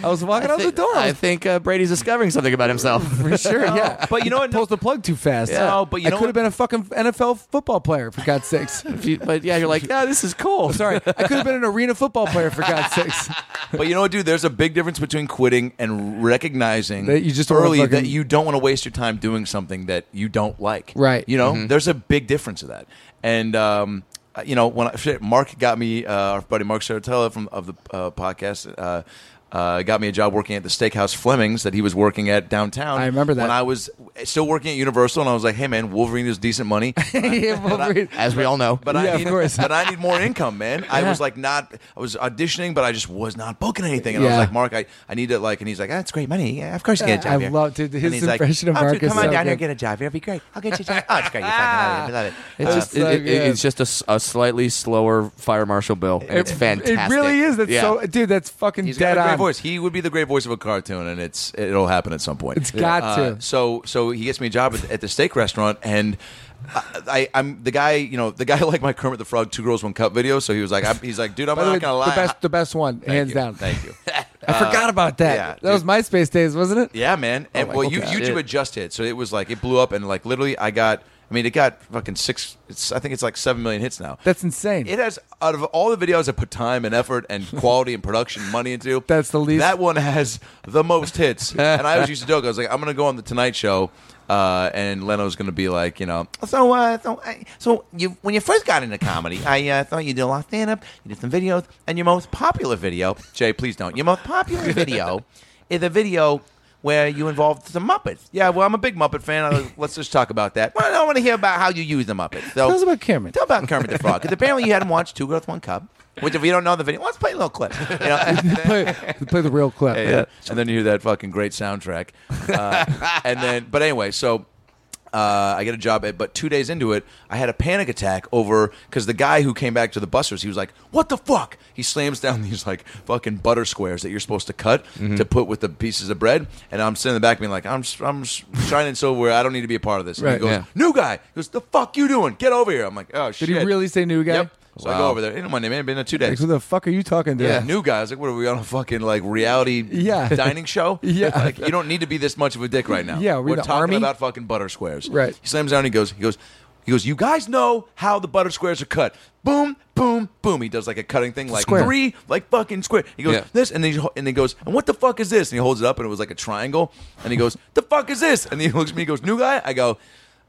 I was walking out the door.
I think uh, Brady's discovering something about himself.
for sure, yeah.
But you know what?
Pulls the plug too fast.
Yeah. No, but you
I
know
could
what-
have been a fucking NFL football player for God's sakes.
If you- but yeah, you're like, yeah, this is cool.
Sorry, I could have been an arena football player for God's sakes.
But you know what, dude? There's a big difference between quitting and recognizing
That you just don't wanna
early that
fucking-
you don't want to waste your time doing something that you don't like.
Right. Mm-hmm.
You know, there's a big difference of that. And um, uh, you know, when I, shit, Mark got me, uh, our buddy Mark Saratella from of the uh, podcast. Uh, uh, got me a job working at the Steakhouse Flemings that he was working at downtown.
I remember that.
when I was still working at Universal, and I was like, "Hey man, Wolverine is decent money.
Yeah, Wolverine.
As we all know,
But
Yeah,
I
of
need,
course.
but I need more income, man. I
Yeah.
was like not, I was auditioning, but I just was not booking anything. And I was
Yeah. Uh,
like, Mark, I, I need to like, and he's like, that's great money. Yeah, of course you get a job
I
here.
love- dude, his
And he's like,
impression of
"Oh, dude,
Mark is
Come on
so
down here,
good.
get a job here. It'd be great. I'll get you a job. Oh, it's great. You fucking love it. I
It's
love it. Uh,
just
so
it, it,
good.
it's just a s- a, slightly slower fire marshal bill. and it's fantastic.
It really is. That's
Yeah.
so, dude. That's fucking
He's
dead
got a great
on.
voice. He would be the great voice of a cartoon, and it's it'll happen at some point.
It's got
Uh,
to.
So so he gets me a job at, at the steak restaurant, and I, I I'm the guy. You know the guy like my Kermit the Frog, Two Girls One Cup video. So he was like, I, he's like, dude, I'm
By the
not
way,
gonna lie.
the best, the best one,
Thank
hands
you.
down.
Thank you.
I forgot about that.
yeah,
that was MySpace days, wasn't it?
Yeah, man. And
my
well,
God.
you, YouTube
Shit.
had just hit, so it was like it blew up, and like literally, I got. I mean, it got fucking six. It's, I think it's like seven million hits now.
That's insane.
it has out of all the videos I put time and effort and quality and production money into.
That's the least.
That one has the most hits, and I always used to joke. I was like, I'm gonna go on the Tonight Show. Uh, and Leno's gonna be like, you know, so uh, so, I, so you when you first got into comedy, I uh, thought you did a lot of stand up, you did some videos, and your most popular video, Jay, please don't, your most popular video is a video where you involved some Muppets. Yeah, well, I'm a big Muppet fan. I, let's just talk about that. Well, I want to hear about how you use the Muppets. So
Tell us about Cameron.
Tell about Kermit the Frog. Because apparently you had him watch Two Girls, One Cup. Which, if you don't know the video, let's play a little clip. You know, and,
play, play the real clip.
yeah. and then you hear that fucking great soundtrack. Uh, and then, but anyway, so uh, I get a job. At, but two days into it, I had a panic attack over because the guy who came back to the busters, he was like, "What the fuck?" He slams down these like fucking butter squares that you're supposed to cut
Mm-hmm.
to put with the pieces of bread. And I'm sitting in the back, being like, "I'm I'm shining silverware. I don't need to be a part of this." And he
Right,
goes,
yeah.
"New guy." He goes, "The fuck you doing? Get over here." I'm like, "Oh
Did
shit."
he really say new guy?
Yep. So I go
Wow.
over there. You know my name. It ain't been in two
Like,
days.
who the fuck are you talking to?
Yeah. new guy. I was like, what are we on a fucking like reality
Yeah.
dining show?
Yeah.
Like, you don't need to be this much of a dick right now.
Yeah, we're
we're
the
talking
army.
about fucking butter squares.
Right.
He slams down. And he goes. He goes. He goes. You guys know how the butter squares are cut. Boom, boom, boom. He does like a cutting thing, like
Square.
three, like fucking square. He goes
Yeah.
this, and then he, and then he goes, and what the fuck is this? And he holds it up, and it was like a triangle. And he goes, the fuck is this? And he looks at me. He goes, new guy. I go.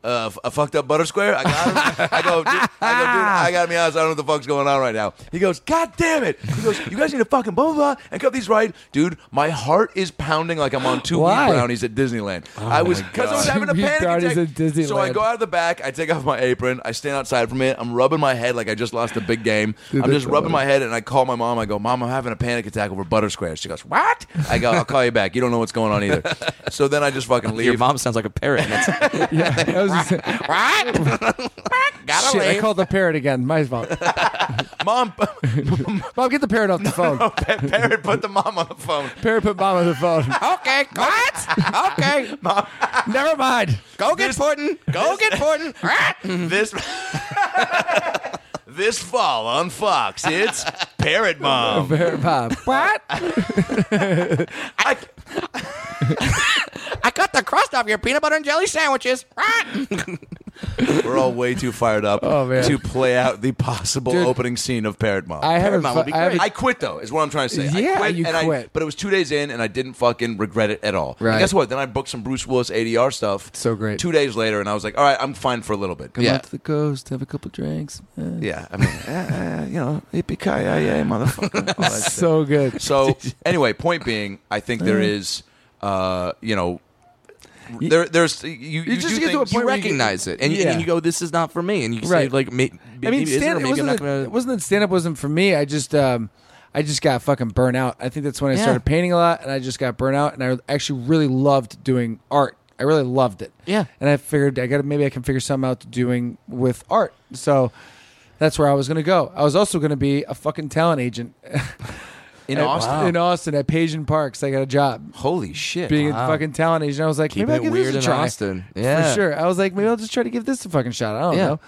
uh, f- a fucked up butter square. I got him. I go, dude, I go, dude, I gotta be honest. I don't know what the fuck's going on right now. He goes, God damn it. He goes, you guys need to fucking blah, blah, blah, and cut these right. Dude, my heart is pounding like I'm on two
Why? Oh
wheat brownies at Disneyland. I was, because I was
God.
having a
Two wheat
panic
brownies
attack.
at
So I
Disneyland.
go out of the back. I take off my apron. I stand outside from it. I'm rubbing my head like I just lost a big game. I'm
that's
just rubbing my head, and I call my mom. I go, Mom, I'm having a panic attack over butter squares. She goes, What? I go, I'll call you back. You don't know what's going on either. so then I just fucking leave.
Your mom sounds like a parrot. and it's-
Yeah, I was just saying,
Gotta
shit, I
leave.
called the parrot again. My fault.
mom,
Mom, get the parrot off the phone.
parrot, put the mom on the phone.
Parrot put mom on the phone.
okay, what? Okay,
Mom,
Never mind.
go get Fortin. Go get Fortin.
this. This fall on Fox, it's Parrot Mom.
Parrot mom. What?
I,
I cut the crust off your peanut butter and jelly sandwiches.
we're all way too fired up
Oh, man.
to play out the possible
Dude.
opening scene of Parrot Mom.
I haven't.
Mom would
fu-
be
I haven't
I quit though, is what I'm trying to say. I
Yeah,
quit,
you
and I-
quit.
but it was two days in, and I didn't fucking regret it at all. And
Right.
guess what? Then I booked some Bruce Willis ADR stuff.
So great.
Two days later, and I was like, all right, I'm fine for a little bit.
Come
Yeah.
out to the coast, have a couple drinks. Eh.
Yeah, I mean, uh, uh, you know, yippee ki yay, motherfucker. all that shit.
So good.
So anyway, point being, I think there is, uh, you know, there, there's you. You,
just
do
get to a
things-
point
You
where you-
recognize it, and, you,
Yeah.
and you go, "This is not for me." And you say,
Right.
"Like, may,
I mean,
maybe it is,
stand,
or
it,
maybe I'm
wasn't
not
that,
gonna."
it wasn't that stand up wasn't for me. I just um, I just got fucking burnt out. I think that's when I
Yeah.
started painting a lot, and I just got burnt out. And I actually really loved doing art. I really loved it.
Yeah.
And I figured I got to maybe I can figure something out to doing with art. So that's where I was gonna go. I was also gonna be a fucking talent agent
in
at-
Austin.
In Austin at Page and Parks, I got a job
Holy shit!
being
Wow.
a fucking talent agent. I was like,
Keeping
maybe I'll
it
give
weird
this a
in
try.
Austin. Yeah.
for sure. I was like, maybe I'll just try to give this a fucking shot. I don't
Yeah.
know.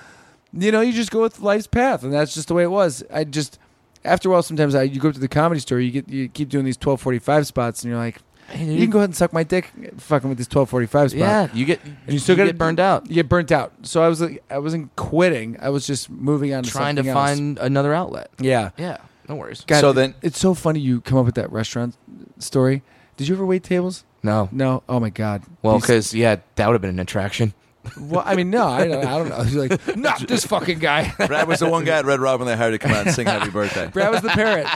You know, you just go with life's path, and that's just the way it was. I just after a while, sometimes I you go up to the comedy store, you get you keep doing these twelve forty five spots, and you're like,
Hey,
you can go ahead and suck my dick, fucking with this twelve forty five spot.
Yeah, you get and
you still
get,
get-
burned out,
You get burnt out. So I was like, I wasn't quitting. I was just moving on, to
trying to
something else.
find another outlet.
Yeah.
Yeah, no worries.
God,
So then-
it's so funny you come up with that restaurant story. Did you ever wait tables?
No,
No. Oh my god.
well,
These-
because yeah, that would have been an attraction.
well, I mean, no, I don't, I don't know. He's like, not this fucking guy.
Brad was the one guy at Red Robin they hired to come out and sing Happy Birthday.
Brad was the parrot.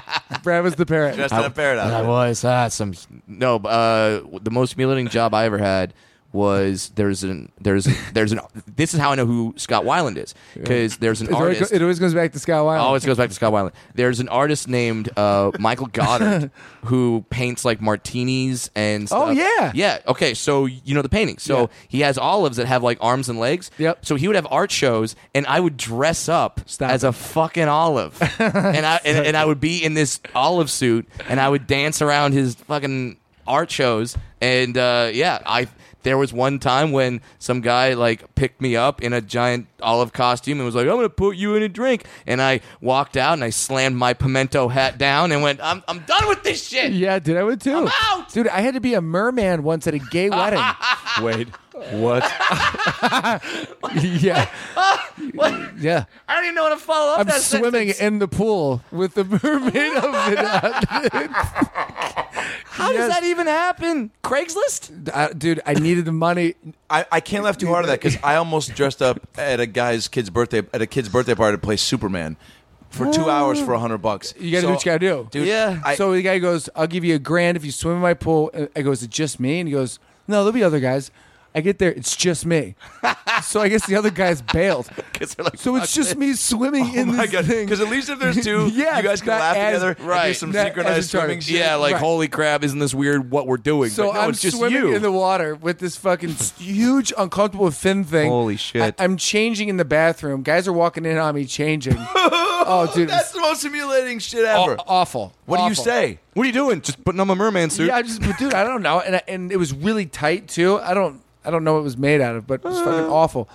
Brad was the parrot.
Just in a paradise.
I was ah, some no. but, Uh, the most humiliating job I ever had was there's an there's there's an this is how I know who Scott Weiland is because there's an
it, always,
artist.
go- it always goes back to Scott Weiland.
always goes back to Scott Weiland. There's an artist named uh, Michael Goddard who paints like martinis and stuff.
Oh, yeah.
Yeah. Okay. So you know the painting. So
Yeah.
he has olives that have like arms and legs.
Yep.
So he would have art shows and I would dress up
Stop
as
it.
a fucking olive. and I and, and I would be in this olive suit and I would dance around his fucking art shows. And uh, yeah, I there was one time when some guy like picked me up in a giant olive costume and was like, "I'm gonna put you in a drink." And I walked out and I slammed my pimento hat down and went, "I'm I'm done with this shit."
Yeah, dude, I would too.
I'm out!
Dude, I had to be a merman once at a gay wedding.
Wait, what?
yeah,
What?
yeah.
I don't even know how to follow up.
I'm
that
swimming
sentence.
in the pool with the mermaid of
How does
Yes.
that even happen? Craigslist?
it. I, dude, I needed the money.
I, I can't laugh too hard at that because I almost dressed up at a guy's kid's birthday at a kid's birthday party to play Superman for two hours for a hundred bucks.
Ah. You gotta do what you gotta do.
dude.
Yeah.
I,
so the guy goes, "I'll give you a grand if you swim in my pool." And I go, "Is it just me?" And he goes, "No, there'll be other guys." I get there, it's just me. so I guess the other guys bailed.
'Cause they're like,
So it's just me swimming
Oh
in this thing.
because at least if there's two,
Yeah,
you guys
it's
can
not
laugh
as-
together, and do
right,
some
not as
synchronized
retarded.
swimming. shit.
Yeah, like
Right.
holy crap, isn't this weird? What we're doing?
So
but no,
I'm
it's just
swimming
you.
in the water with this fucking s- huge, uncomfortable fin thing.
Holy shit.
I, am changing in the bathroom. Guys are walking in on me changing. oh, dude, it
That's
was
the most humiliating shit
aw-
ever.
awful.
what do you
Awful.
say?
What are you doing? Just putting on my merman suit.
Yeah, I just, but dude, I don't know, and I, and it was really tight too. I don't, I don't know what it was made out of, but it was fucking awful.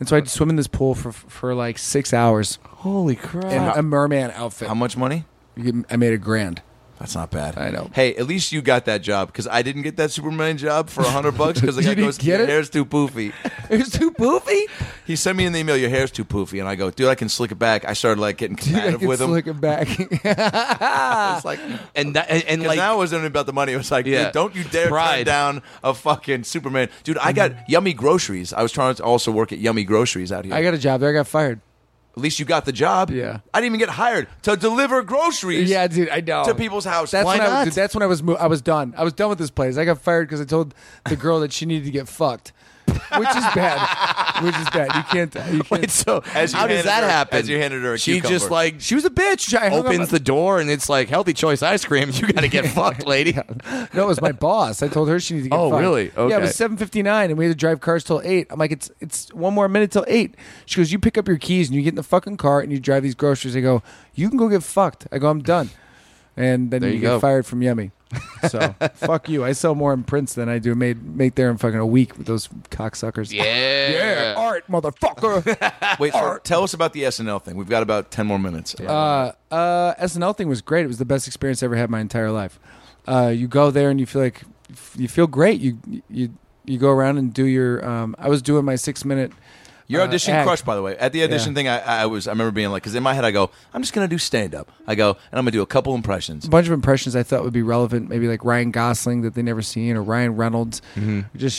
And so I had to swim in this pool for for like six hours
Holy crap.
in a merman outfit.
How much money?
You get- I made a grand.
That's not bad.
I know.
Hey, at least you got that job because I didn't get that Superman job for hundred bucks because I
You
got
didn't
goes,
get
your
it?
hair's too poofy.
It's too poofy.
He sent me an email, your hair's too poofy, and I go, dude, I can slick it back. I started like getting
Dude, I
combative
can
with him.
slick it back.
It's like.
and that, and, and
Because
like
now it wasn't about the money. It was like, dude,
Yeah.
don't you dare turn
Pride.
down a fucking Superman. Dude, I got yummy groceries. I was trying to also work at yummy groceries out here.
I got a job there. I got fired.
at least you got the job.
Yeah.
I didn't even get hired to deliver groceries
Yeah, dude, I know.
to people's houses.
That's
Why
when I was,
not?
dude, that's when I was mo- I was done. I was done with this place. I got fired because I told the girl that she needed to get fucked, which is bad. which is bad. You can't. You can't.
Wait, so
As you
how does
handed
that
her-
happen?
as you handed her a
she
cucumber.
just like
she was a bitch. I hung up
opens the door and it's like healthy choice ice cream. You got to get fucked, lady.
on- No, it was my boss. I told her she needed to get
Oh,
fucked.
really?
Yeah, it
Okay.
was seven fifty nine, and we had to drive cars till eight. I'm like, it's it's one more minute till eight. She goes, you pick up your keys and you get in the fucking car and you drive these groceries. I go, you can go get fucked. I go, I'm done. And then
There
you,
you
get
go.
fired from Yummy. So fuck you. I sell more in prints than I do made make there in fucking a week with those cocksuckers.
Yeah.
Yeah, art, motherfucker.
Wait, so tell us about the SNL thing. We've got about 10 more minutes.
uh, uh, SNL thing was great. It was the best experience I ever had in my entire life. Uh, you go there and you feel like you feel great. You you you go around and do your. Um, I was doing my six minute.
Your
uh,
audition
act.
crush, by the way. At the audition
Yeah.
thing, I, I was I remember being like, because in my head I go, I'm just gonna do stand up. I go and I'm gonna do a couple impressions.
A bunch of impressions I thought would be relevant, maybe like Ryan Gosling that they never seen or Ryan Reynolds. Just shit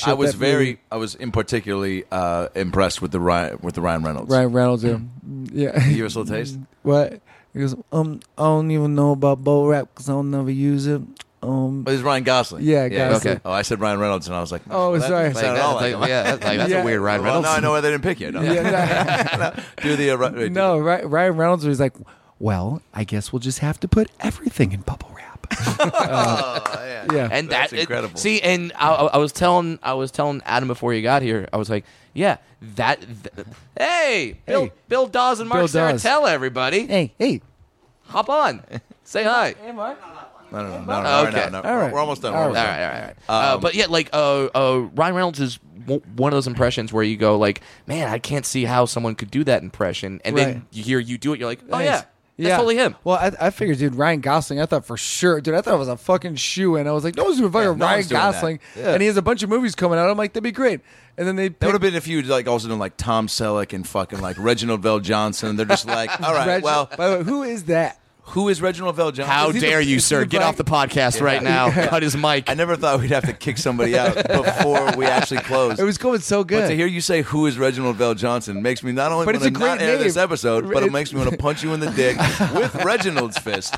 Mm-hmm. I was
that
very,
movie-
I was in particularly uh, impressed with the Ryan with the Ryan Reynolds.
Ryan Mm. Reynolds. Yeah. yeah.
Give us a little taste.
what? He goes. Um, I don't even know about bo rap because I'll never use it. Um,
But it's Ryan Gosling.
Yeah, Gosling.
Okay. Oh, I said Ryan Reynolds, and I was like,
Oh,
well, that
sorry.
doesn't
Like,
sound at all
that's,
like
like,
him.
yeah, that's, like, that's
Yeah.
a weird Ryan
Well,
Reynolds.
now I know why they didn't pick you. No.
yeah.
do the uh, Ry-
no, no, Ry- Ryan Reynolds was like, "Well, I guess we'll just have to put everything in bubble wrap."
Oh, yeah.
Yeah.
and
That's
that it-
incredible.
see, and I, I I was telling I was telling Adam before you got here. I was like, yeah, that. Th- hey, Bill
Hey.
Bill Dawes and Mark
Bill Dawes.
Saratella, everybody,
hey, hey,
hop on, say hi.
hey, Mark.
No, no, no, no, no,
Okay.
no, no.
All right.
We're almost done.
All
All
We're almost
right,
done.
all right, all right. uh, but yeah, like uh, uh, Ryan Reynolds is w- one of those impressions where you go like, man, I can't see how someone could do that impression, and
Right.
then you hear you do it, you're like, oh
Thanks.
yeah, that's totally him.
Well, I, I figured, dude, Ryan Gosling. I thought for sure, dude. I thought it was a fucking shoe in. I was like, no one's doing fucking
Yeah, no
Ryan
one's doing that.
Gosling,
Yeah.
and he has a bunch of movies coming out. I'm like, that'd be great. And then they
That would have
picked-
been if you like also done like Tom Selleck and fucking like Reginald Vell Johnson. They're just like, all right,
Reg-
well,
by the way, who is that?
who is Reginald Vell Johnson?
How
Is he the-
dare you,
is he
sir?
the
Get
black-
off the podcast right now. Cut his mic.
I never thought we'd have to kick somebody out before we actually close.
It was going so
but to
good.
hear you say who is Reginald Vell Johnson makes me not only
But
want
it's
to
a
not
great
air this
name.
episode, but it
It's-
makes me want to punch you in the dick with Reginald's fist.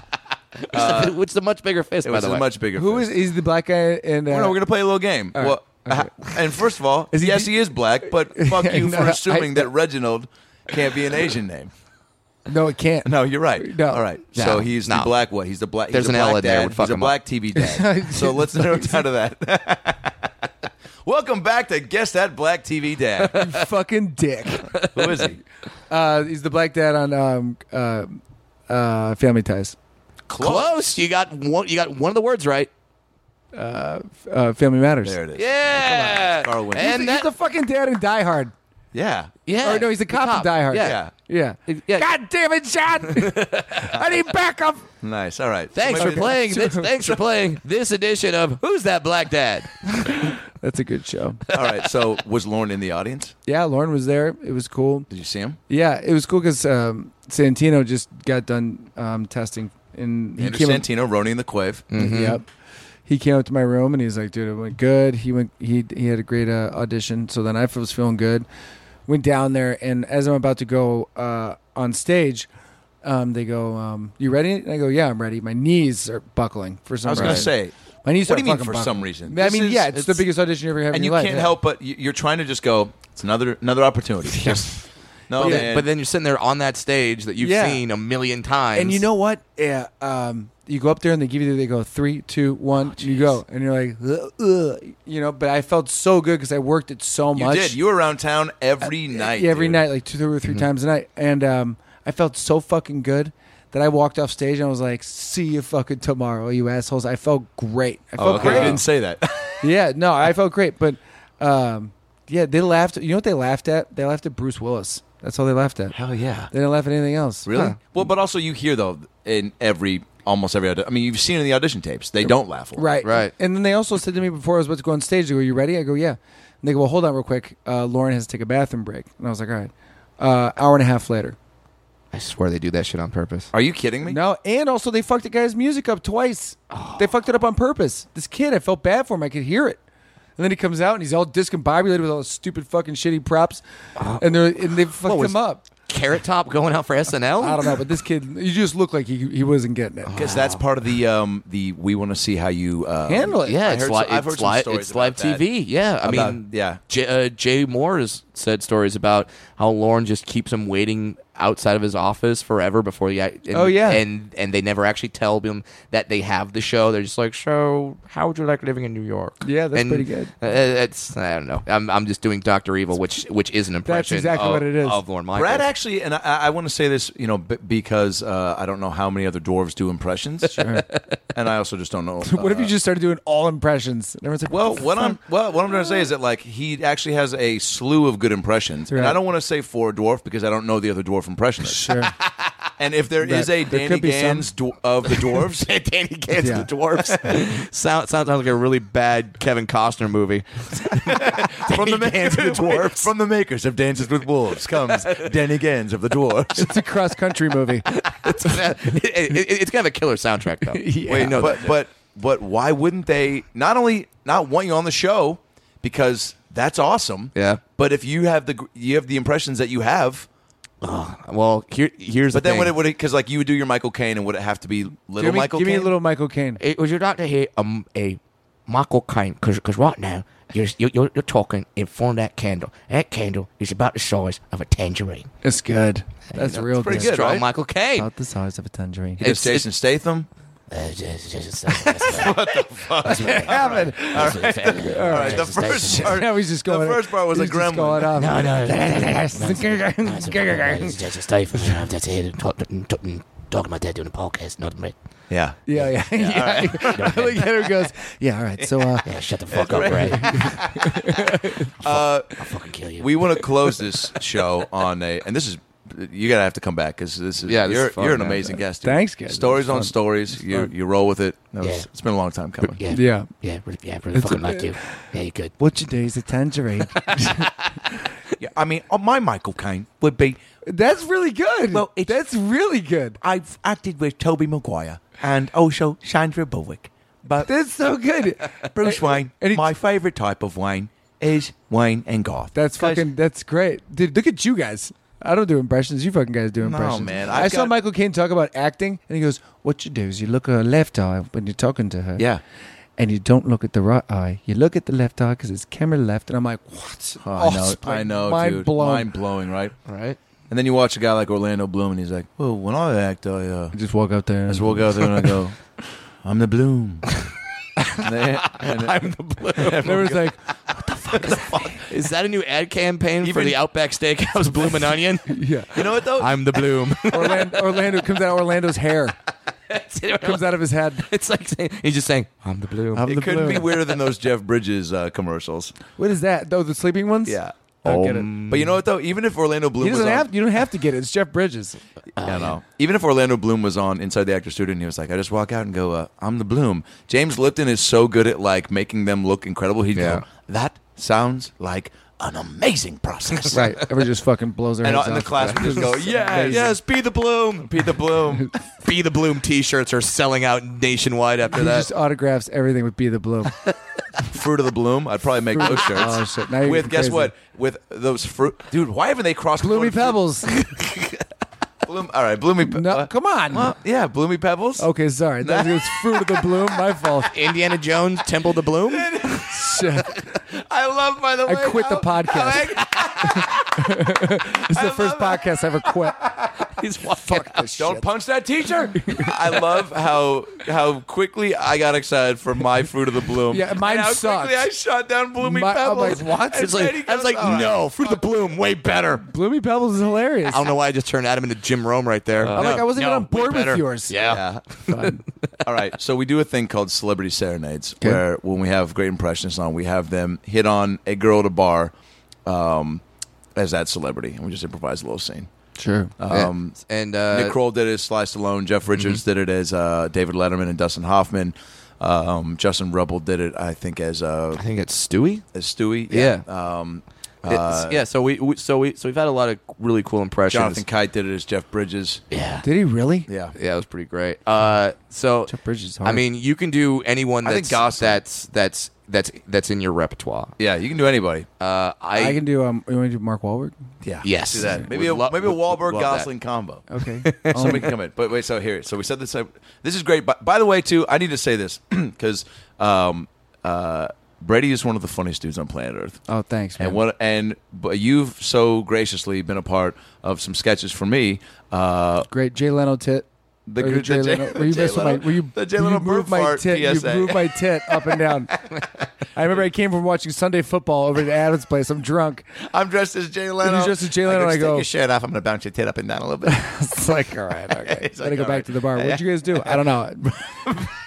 Which is a much bigger fist,
It
by
was
the
a
way.
much bigger.
Who
fist.
is? He's the black guy, and uh,
Well, no, we're gonna play a little game. well, and first of all,
Is he-
yes, he is black, but fuck you
No,
for
I-
assuming that Reginald can't be an Asian name.
no, it can't.
No, you're right.
No.
All right.
No.
So he's the
No.
black what? He's the black.
There's
he's a
an L
black
in there. It
dad.
would fuck
he's a
him up.
black TV dad. so let's narrow it down to that. Welcome back to guess that black TV dad.
fucking dick.
Who is he?
Uh, he's the black dad on um, uh, uh, Family Ties.
Close. You got one. You got one of the words right.
Uh, Family Matters.
There it is.
Yeah.
Carl Winslow.
He's,
and
the, he's
that,
the fucking dad in Die Hard.
Yeah.
yeah.
Or no, he's the cop, in Die Hard.
Yeah.
Yeah.
Yeah.
yeah.
God damn it, John! I need backup.
Nice. All right.
Thanks for
Maybe-
playing. This, thanks for playing this edition of Who's That Black Dad?
That's a good show.
All right. So was Lauren in the audience?
Yeah, Lauren was there. It was cool.
Did you see him?
Yeah, it was cool because um, Santino just got done um, testing, and he
Andrew
came. Up, Mm-hmm.
Santino, Roni and the Quave.
Yep. He came up to my room and he's like, "Dude, it went good." He went. He he had a great uh, audition. So then I was feeling good. Went down there, and as I'm about to go uh, on stage, um, they go, um, "You ready?" And I go, "Yeah, I'm ready." My knees are buckling for some
I was
reason.
gonna say,
My knees
What do
are
you mean
fucking
for
buckling.
some reason?
I
This
mean,
is-
yeah, it's,
it's-
the biggest audition you ever have in
and you
your life.
can't
yeah.
help but you- you're trying to just go. It's another another opportunity. Just no,
but,
man.
then, but then you're sitting there on that stage that you've
Yeah.
seen a million times.
And you know what? Yeah, um, you go up there and they give you they go three, two, one, and you go, and you're like, ugh, ugh, you know. But I felt so good because I worked it so
you
much.
did. You were around town every night.
Yeah, every
dude. Mm-hmm.
night, like two or 3 times a night, and um, I felt so fucking good that I walked off stage and I was like, "See you fucking tomorrow, you assholes." I felt great. I felt
Oh, okay. I
great.
didn't say that.
yeah, no, I felt great, but um, yeah, they laughed. You know what they laughed at? They laughed at Bruce Willis. That's all they laughed at.
Hell yeah.
They didn't laugh at anything else.
Really?
Huh.
Well, but also you hear though in every almost every audition. I mean, you've seen in the audition tapes, they don't laugh. A lot.
Right.
Right.
And then they also said to me before I was about to go on stage, they go, Are you ready? I go, Yeah. And they go, Well, hold on real quick. Uh, Lauren has to take a bathroom break. And I was like, All right. Uh, hour and a half later.
I swear they do that shit on purpose.
Are you kidding me? Oh.
No, and also they fucked the guy's music up twice. They fucked it up on purpose. This kid, I felt bad for him. I could hear it. And then he comes out and he's all discombobulated with all the stupid fucking shitty props.
Oh.
and they and they fucked
was-
him up.
Carrot Top going out for SNL?
I don't know, but this kid, you just looked like he, he wasn't getting it.
Because that's part of the um, the we want to see how you uh,
Handle it.
Yeah,
I
it's,
heard
li-
some- I've heard
it's,
some
li-
stories
it's
about
live
that.
TV. Yeah, I
About-
mean,
yeah.
J- uh, Jay Moore has said stories about how Lauren just keeps him waiting outside of his office forever before the. act- And,
Oh, yeah.
and and they never actually tell him that they have the show. They're just like, so how would you like living in New York?
Yeah, that's
And,
pretty good.
uh, it's I don't know. I'm I'm just doing Doctor Evil, which which is an impression.
exactly
of,
what it is.
of Lauren Michaels.
Brad actually, and I, I want to say this, you know, b- because uh, I don't know how many other dwarves do impressions, and I also just don't know.
What if
uh,
you just started doing all impressions? And everyone's like,
Well, what I'm well, what I'm going to say is that like he actually has a slew of good impressions, and
Right.
I don't want to say for a dwarf because I don't know the other dwarf impressionists.
Sure.
And if there
Right.
is a
There
Danny
could be some.
Gans dw- of the dwarves,
Danny Gans
Yeah.
the Dwarfs sound, sounds like a really bad Kevin Costner movie.
from the,
Danny Gans of the Dwarves.
from the makers of Dances with Wolves comes Danny Gans of the dwarves.
it's a cross country movie.
it's, it, it- it's gonna have a killer soundtrack though. Wait, no,
but
that-
but but why wouldn't they not only not want you on the show because that's awesome.
Yeah.
But if you have the gr- you have the impressions that you have,
well, here here's
but
the
then
thing.
would it would because like you would do your Michael Caine and would it have to be little
give me,
Michael?
give me a
Caine?
little Michael Caine.
it was your doctor here um, a Michael Caine because right now you're, you're you're you're talking in front of that candle. That candle is about the size of a tangerine.
It's good. That's real
pretty
good.
good.
Strong
right?
Michael Caine.
About the size of a tangerine.
He
It's-
does Jason Statham.
Uh,
what
Happened.
All right, the first part.
Now he's just
the
going.
first part was a
he's just
gremlin.
going off.
No, no. Just stay for That's it. Talking about that doing a podcast, not me.
Yeah.
Yeah, yeah, yeah. I look at her and goes,
Yeah, all right. So, uh,
Yeah, shut the fuck up, Ray.
Uh,
I'll fucking kill you.
we want to close this show on a, and this is you gotta have to come back because this is
Yeah, this
you're
is fun,
you're an
man.
amazing guest. dude.
Thanks, guys.
Stories
That was
on
fun.
stories. You you roll with it. That was-
Yeah.
It's been a long time coming.
yeah,
"Yeah,
yeah, really, yeah, really fucking like you. Yeah, you're good.
what you do is a tangerine.
Yeah, I mean, uh, my Michael Caine would be.
that's really good.
Well, it's-
that's really good.
I've acted with Toby Maguire and also Sandra Bullock, but
That's so good.
Bruce Wayne,
and it-
my favorite type of Wayne is Wayne and Garth.
That's
Guys,
fucking. That's great, dude. Look at you guys. I don't do impressions. You fucking guys do impressions.
man.
I
I've
saw
got-
Michael Caine talk about acting, and he goes,
what you do is you look at her left eye when you're talking to her.
Yeah.
And you don't look at the right eye. You look at the left eye because it's camera left. And I'm like, what?
Oh,
Oh,
I know,
it's like
I know,
mind
dude.
blown.
Mind blowing, right?
Right.
And then you watch a guy like Orlando Bloom, and he's like, "Well, when I act, I uh,
I just walk out there.
I just walk out there and I go, I'm the bloom. And they- and they-
"Everyone's like,
Is that a new ad campaign for
Even-
the Outback Steakhouse Bloomin' Onion?
yeah."
you know what though?
I'm the bloom.
Orlando, Orlando comes out. of Orlando's hair comes out of his head.
it's like saying, he's just saying, "I'm the bloom."
I'm
it
the
couldn't
blue.
be weirder than those Jeff Bridges uh, commercials.
What is that? Though the sleeping ones. Don't get it.
but you know what though? Even if Orlando Bloom
He
was
doesn't
on,
have. You don't have to get it. It's Jeff Bridges.
I know. Even if Orlando Bloom was on Inside the Actor Studio, and he was like, I just walk out and go, uh, I'm the Bloom. James Lipton is so good at like making them look incredible. He'd
Yeah.
go, that sounds like an amazing process.
Right. Everyone just fucking blows their
And,
heads
and the
off.
class would just go, yeah,
Amazing.
yes, be the bloom, be the bloom.
Be the Bloom T-shirts are selling out nationwide after
He
that.
just autographs everything with "Be the Bloom."
fruit of the bloom. I'd probably make those shirts.
Oh, shit. Now you're
With
getting
guess
crazy.
what? With those fruit, dude. Why haven't they crossed
Bloomy
Fruit-
Pebbles.
Bloom. All right, bloomy. Pe-
No,
uh,
come on. Oh.
well, yeah, bloomy pebbles.
Okay, sorry. That was fruit of the bloom. My fault.
Indiana Jones Temple the Bloom.
Shit.
I love. By the
I
way,
quit the
how-
podcast.
how-
This is the first podcast I ever quit.
He's walking out.
Don't punch that teacher. I love how how quickly I got excited for my fruit of the bloom.
Yeah, mine
and how
sucked.
quickly I shot down bloomy
My- I'm like,
pebbles.
what?
And
It's like-
Jenny
I was
goes, "Oh."
like,
"All right."
no, Fruit of the Bloom, way better.
Bloomy Pebbles is hilarious.
I don't know why I just turned Adam into Jim Rome right there.
I'm like, I wasn't even on
way
board with
better.
yours.
Yeah.
Yeah. All right. So we do a thing called celebrity serenades, where when we have great impressionists on, we have them hit on a girl at a bar um, as that celebrity, and we just improvise a little scene.
Sure.
Um,
and uh,
Nick Kroll did it as Sly Stallone. Jeff Richards did it as uh, David Letterman and Dustin Hoffman. Um, Justin Rebel did it, I think, as uh,
I think it's Stewie.
as Stewie. Um,
It's-
uh,
yeah, so we, we so we so we've had a lot of really cool impressions.
Jonathan Kite did it as Jeff Bridges.
yeah,
Did he really?
Yeah.
yeah, it was pretty great. Uh, so
Jeff Bridges is hard.
I mean, you can do anyone
I
that's
think Gosling.
that's that's that's that's in your repertoire.
Yeah, you can do anybody.
Uh, I,
I can do. Um, you want to do Mark Wahlberg?
Yeah. Oh.
Yes.
Do that.
Would
Maybe a,
lo-
maybe a
would- would
Wahlberg
love that.
Gosling combo.
Okay.
Somebody can come in. But wait, so here. So we said this. This is great. By, by the way, too, I need to say this because um, uh, Brady is one of the funniest dudes on planet Earth.
oh, thanks, man.
And what and but you've so graciously been a part of some sketches for me. Uh,
Great Jay Leno tit.
The
Or
good- the
Jay
Jay-
Leno- Were you
Jay
messing with
Leno-
my? Were you?
the Jay
you
Leno
moved
burp
my
fart
tit.
PSA.
You moved my tit up and down. I remember I came from watching Sunday football over at Adam's place. I'm drunk.
I'm dressed as Jay Leno.
dressed as Jay Leno,
I,
I
just
go-
take your shirt off. I'm gonna bounce your tit up and down a little bit.
It's like, all right, okay.
It's
Gotta
like,
go
all
back
right.
to the bar. What'd you guys do? I don't know.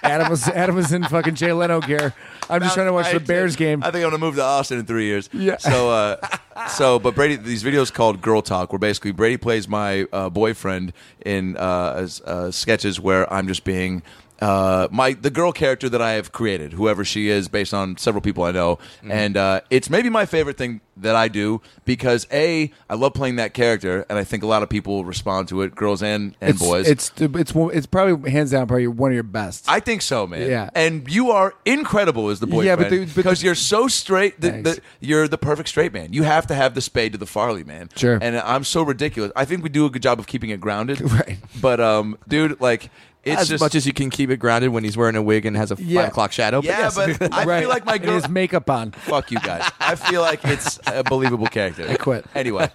Adam was Adam was in fucking Jay Leno gear. I'm just trying to watch
I
the
did.
Bears game.
I think I'm gonna move to Austin in three years.
Yeah.
So, uh, so, but Brady, these videos called "Girl Talk," where basically Brady plays my uh, boyfriend in uh, as- uh, sketches where I'm just being. Uh, my the girl character that I have created, whoever she is, based on several people I know, and uh, it's maybe my favorite thing that I do because a I love playing that character, and I think a lot of people respond to it, girls and and
it's,
boys.
It's it's one- it's probably hands down probably one of your best.
I think so, man.
Yeah.
And you are incredible as the boyfriend.
Yeah, but the- but-
because you're so straight. The,
Thanks.
the, you're the perfect straight man. You have to have the spade to the Farley, man.
Sure.
And I'm so ridiculous. I think we do a good job of keeping it grounded.
Right.
But um, dude, like it's
as
just
much as you can keep it grounded when he's wearing a wig and has a
Yeah.
five o'clock shadow.
yeah,
yes.
but I
Right.
feel like my
And
girl.
his makeup on.
Fuck you guys. I feel like it's a believable character. I
quit.
Anyway,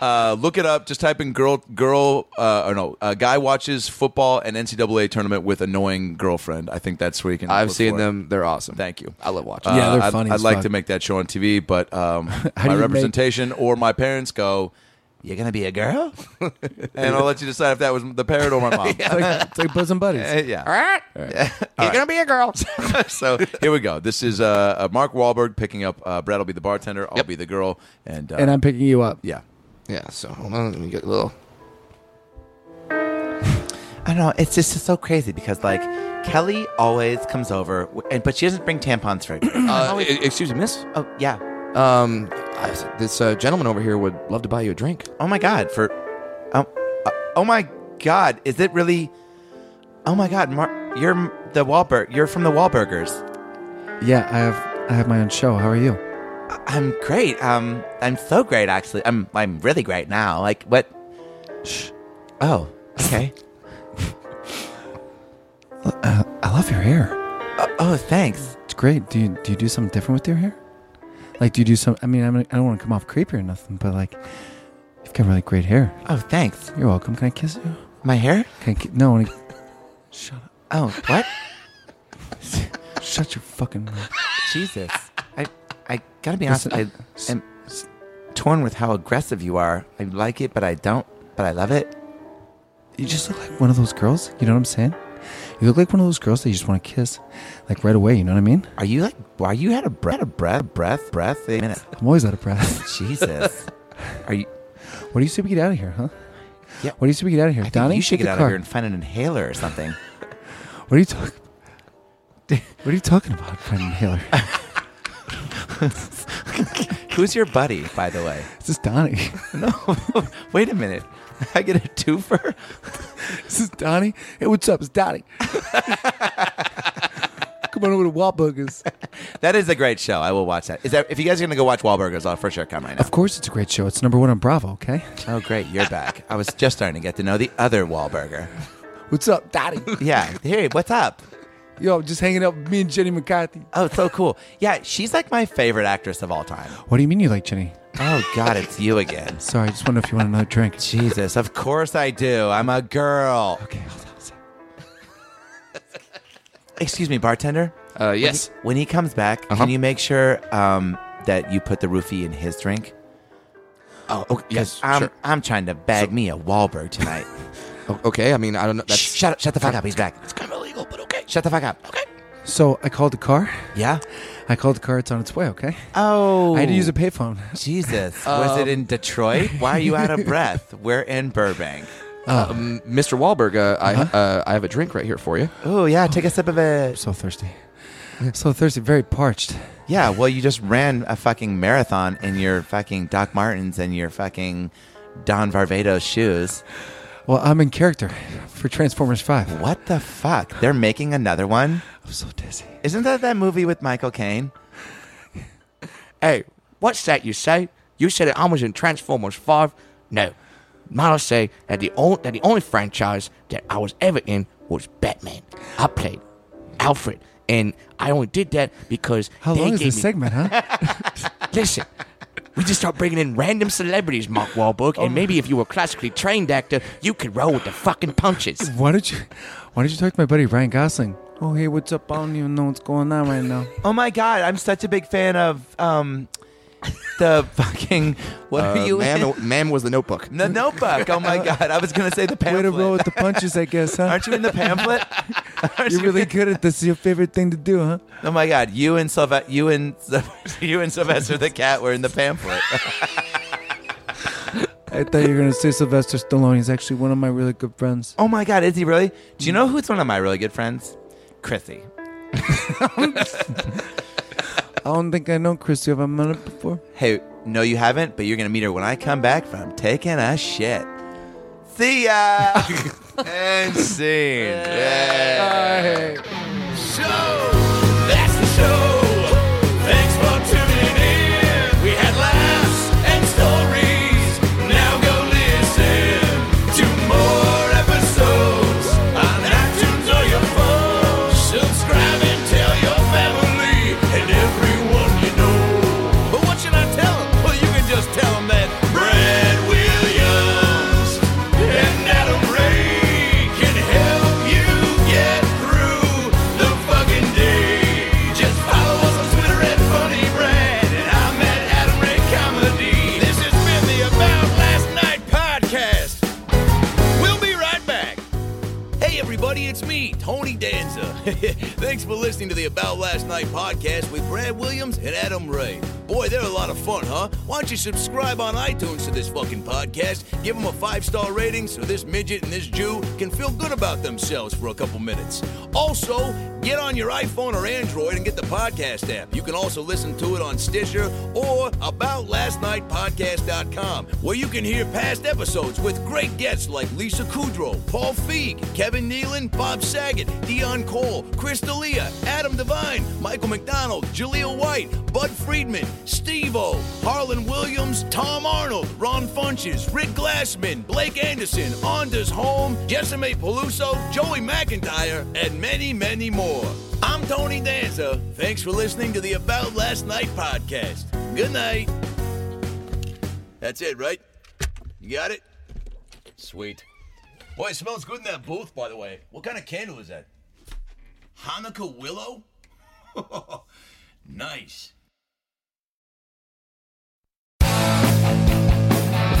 uh, look it up. Just type in girl, girl, uh, or no, uh, guy watches football and NCAA tournament with annoying girlfriend. I think that's where you can.
I've
look
seen
for it.
them; they're awesome.
Thank you.
I love watching.
Yeah,
Uh,
they're
I'd-
funny
I'd,
as
like
fuck.
to make that show on TV, but um,
do
my
you make-
representation or my parents go, "You're gonna be a girl," and I'll let you decide if that was the parent or my mom. yeah.
It's like, it's like bosom buddies.
All right, you're gonna be a girl.
so here we go. This is uh, uh, Mark Wahlberg picking up. Uh, Brad will be the bartender. I'll be the girl, and, uh,
And I'm picking you up.
yeah.
yeah, so hold on, let me get a little.
I don't know. It's just so crazy because like Kelly always comes over, w- and but she doesn't bring tampons for. everybody.
Uh, e- excuse me, miss.
oh yeah.
Um, I, this uh, gentleman over here would love to buy you a drink.
Oh my god. For. Oh, uh, oh my god. Is it really? Oh my god. Mar- you're m- the Wahlberg. You're from the Wahlburgers.
Yeah, I have I have my own show. How are you?
I- I'm great. Um, I'm so great actually. I'm I'm really great now. Like what? Shh. Oh. Okay.
I love your hair.
oh, oh, thanks.
It's great. Do you do you do something different with your hair? Like, do you do some? I mean, I'm, I don't want to come off creepy or nothing, but like, you've got really great hair.
Oh, thanks.
You're welcome. Can I kiss you?
My hair?
Can I ki- no? I wanna-
Oh, what?
Shut your fucking mouth.
Jesus. I I gotta be honest,
Listen,
I am torn with how aggressive you are. I like it, but I don't. But I love it.
You just look like one of those girls. You know what I'm saying? You look like one of those girls that you just want to kiss, like right away. You know what I mean?
Are you like? Why you had a breath? A breath? Breath? Breath? Wait a minute.
I'm always out of breath.
Jesus. Are you?
What do you say we get out of here, huh?
Yeah.
What do you say we get out of here,
I think
Donnie?
you should get
take the
out
car.
of here and find an inhaler or something.
What are you talking? what are you talking about, Brendan Taylor?
Who's your buddy, by the way?
this is Donnie.
No. Wait a minute. I get a twofer.
This is Donnie. Hey, what's up? It's Donnie. Come on over to Wahlburgers.
That is a great show. I will watch that. Is that if you guys are gonna go watch Wahlburgers, I'll for sure come right now.
Of course, it's a great show. It's number one on Bravo. Okay.
Oh, great, you're back. I was just starting to get to know the other Wahlburger.
What's up, Donnie?
Yeah. Hey, what's up?
Yo, just hanging out. With me and Jenny McCarthy.
Oh, so cool. Yeah, she's like my favorite actress of all time.
What do you mean you like Jenny?
Oh, God, it's you again.
Sorry, I just wonder if you want another drink.
Jesus, of course I do. I'm a girl.
Okay, hold on a sec.
Excuse me, bartender.
Uh, yes.
When he comes back,
Uh-huh.
can you make sure um, that you put the roofie in his drink?
Oh, okay, yes.
I'm,
sure.
I'm trying to bag me a Wahlberg tonight.
O- Okay. I mean, I don't know. That's
Shh, shut, up- shut the fuck up. He's back.
kind of illegal, but okay.
Shut the fuck up. Okay.
So I called the car.
Yeah.
I called the car. It's on its way. Okay.
Oh.
I had to use a payphone.
Jesus. Was it in Detroit? Why are you out of breath? We're in Burbank.
Um, Mr. Wahlberg, uh,
Uh-huh.
I uh, I have a drink right here for you.
Oh, yeah. Take a sip of it.
So thirsty. So thirsty. Very parched.
Yeah. Well, you just ran a fucking marathon in your fucking Doc Martens and your fucking Don Varvatos shoes.
Well, I'm in character for Transformers Five.
What the fuck? They're making another one?
I'm so dizzy.
Isn't that that movie with Michael Caine?
Hey, what's that you say? You said that I was in Transformers Five. No, might I say that the only that the only franchise that I was ever in was Batman. I played Alfred, and I only did that because
How
they
long is
gave
this
me-
segment, huh?
Listen, we just start bringing in random celebrities, Mark Wahlberg,
Oh
and maybe if you were a classically trained actor, you could roll with the fucking punches.
why don't you Why don't you talk to my buddy Ryan Gosling? Oh hey, what's up? I don't even know what's going on right now.
Oh my god, I'm such a big fan of um the fucking what
Uh,
are you in?
was the Notebook.
The Notebook. Oh my god, I was gonna say the
Way to
pamphlet.
roll with the punches, I guess, huh?
Aren't you in the pamphlet? Aren't
You're really good at this. It's your favorite thing to do, huh?
Oh my god, you and Sylve- you and you and Sylvester the cat were in the pamphlet.
I thought you were gonna say Sylvester Stallone. He's actually one of my really good friends.
Oh my god, is he really? Do you know who's one of my really good friends? Chrissy.
I don't think I know Chris. You ever met him before?
Hey, no, you haven't, but you're gonna meet her when I come back from taking a shit. See ya. and scene. Yeah.
That's the show. Thanks for tuning in. We had laughs and stories. Now go listen to more episodes on iTunes or your phone. Subscribe and tell your family and everyone you know. But what should I tell them? Well, you can just tell them that Brad Williams and Adam Ray can help you get through the fucking day. Just follow us on Twitter at Funny Brad, and I'm at Adam Ray Comedy. This has been the About Last Night podcast. We'll be right back. Hey, everybody, it's me, Tony Danza. Thanks for listening to the About Last Night podcast with Brad Williams and Adam Ray. Boy, they're a lot of fun, huh? Why don't you subscribe on iTunes to this fucking podcast? Give them a five star rating so this midget and this Jew can feel good about themselves for a couple minutes. Also, get on your iPhone or Android and get the podcast app. You can also listen to it on Stitcher or aboutlastnightpodcast.com, where you can hear past episodes with great guests like Lisa Kudrow, Paul Feig, Kevin Nealon, Bob Saget, Dion Cole, Chris D'Elia, Adam Devine, Michael McDonald, Jaleel White, Bud Friedman, Steve-O, Harlan Williams, Tom Arnold, Ron Funches, Rick Glassman, Blake Anderson, Anders Holm, Jessime Peluso, Joey McIntyre, and many, many more. I'm Tony Danza. Thanks for listening to the About Last Night podcast. Good night. That's it, right? You got it? Sweet. Boy, it smells good in that booth, by the way. What kind of candle is that? Hanukkah willow? nice.
If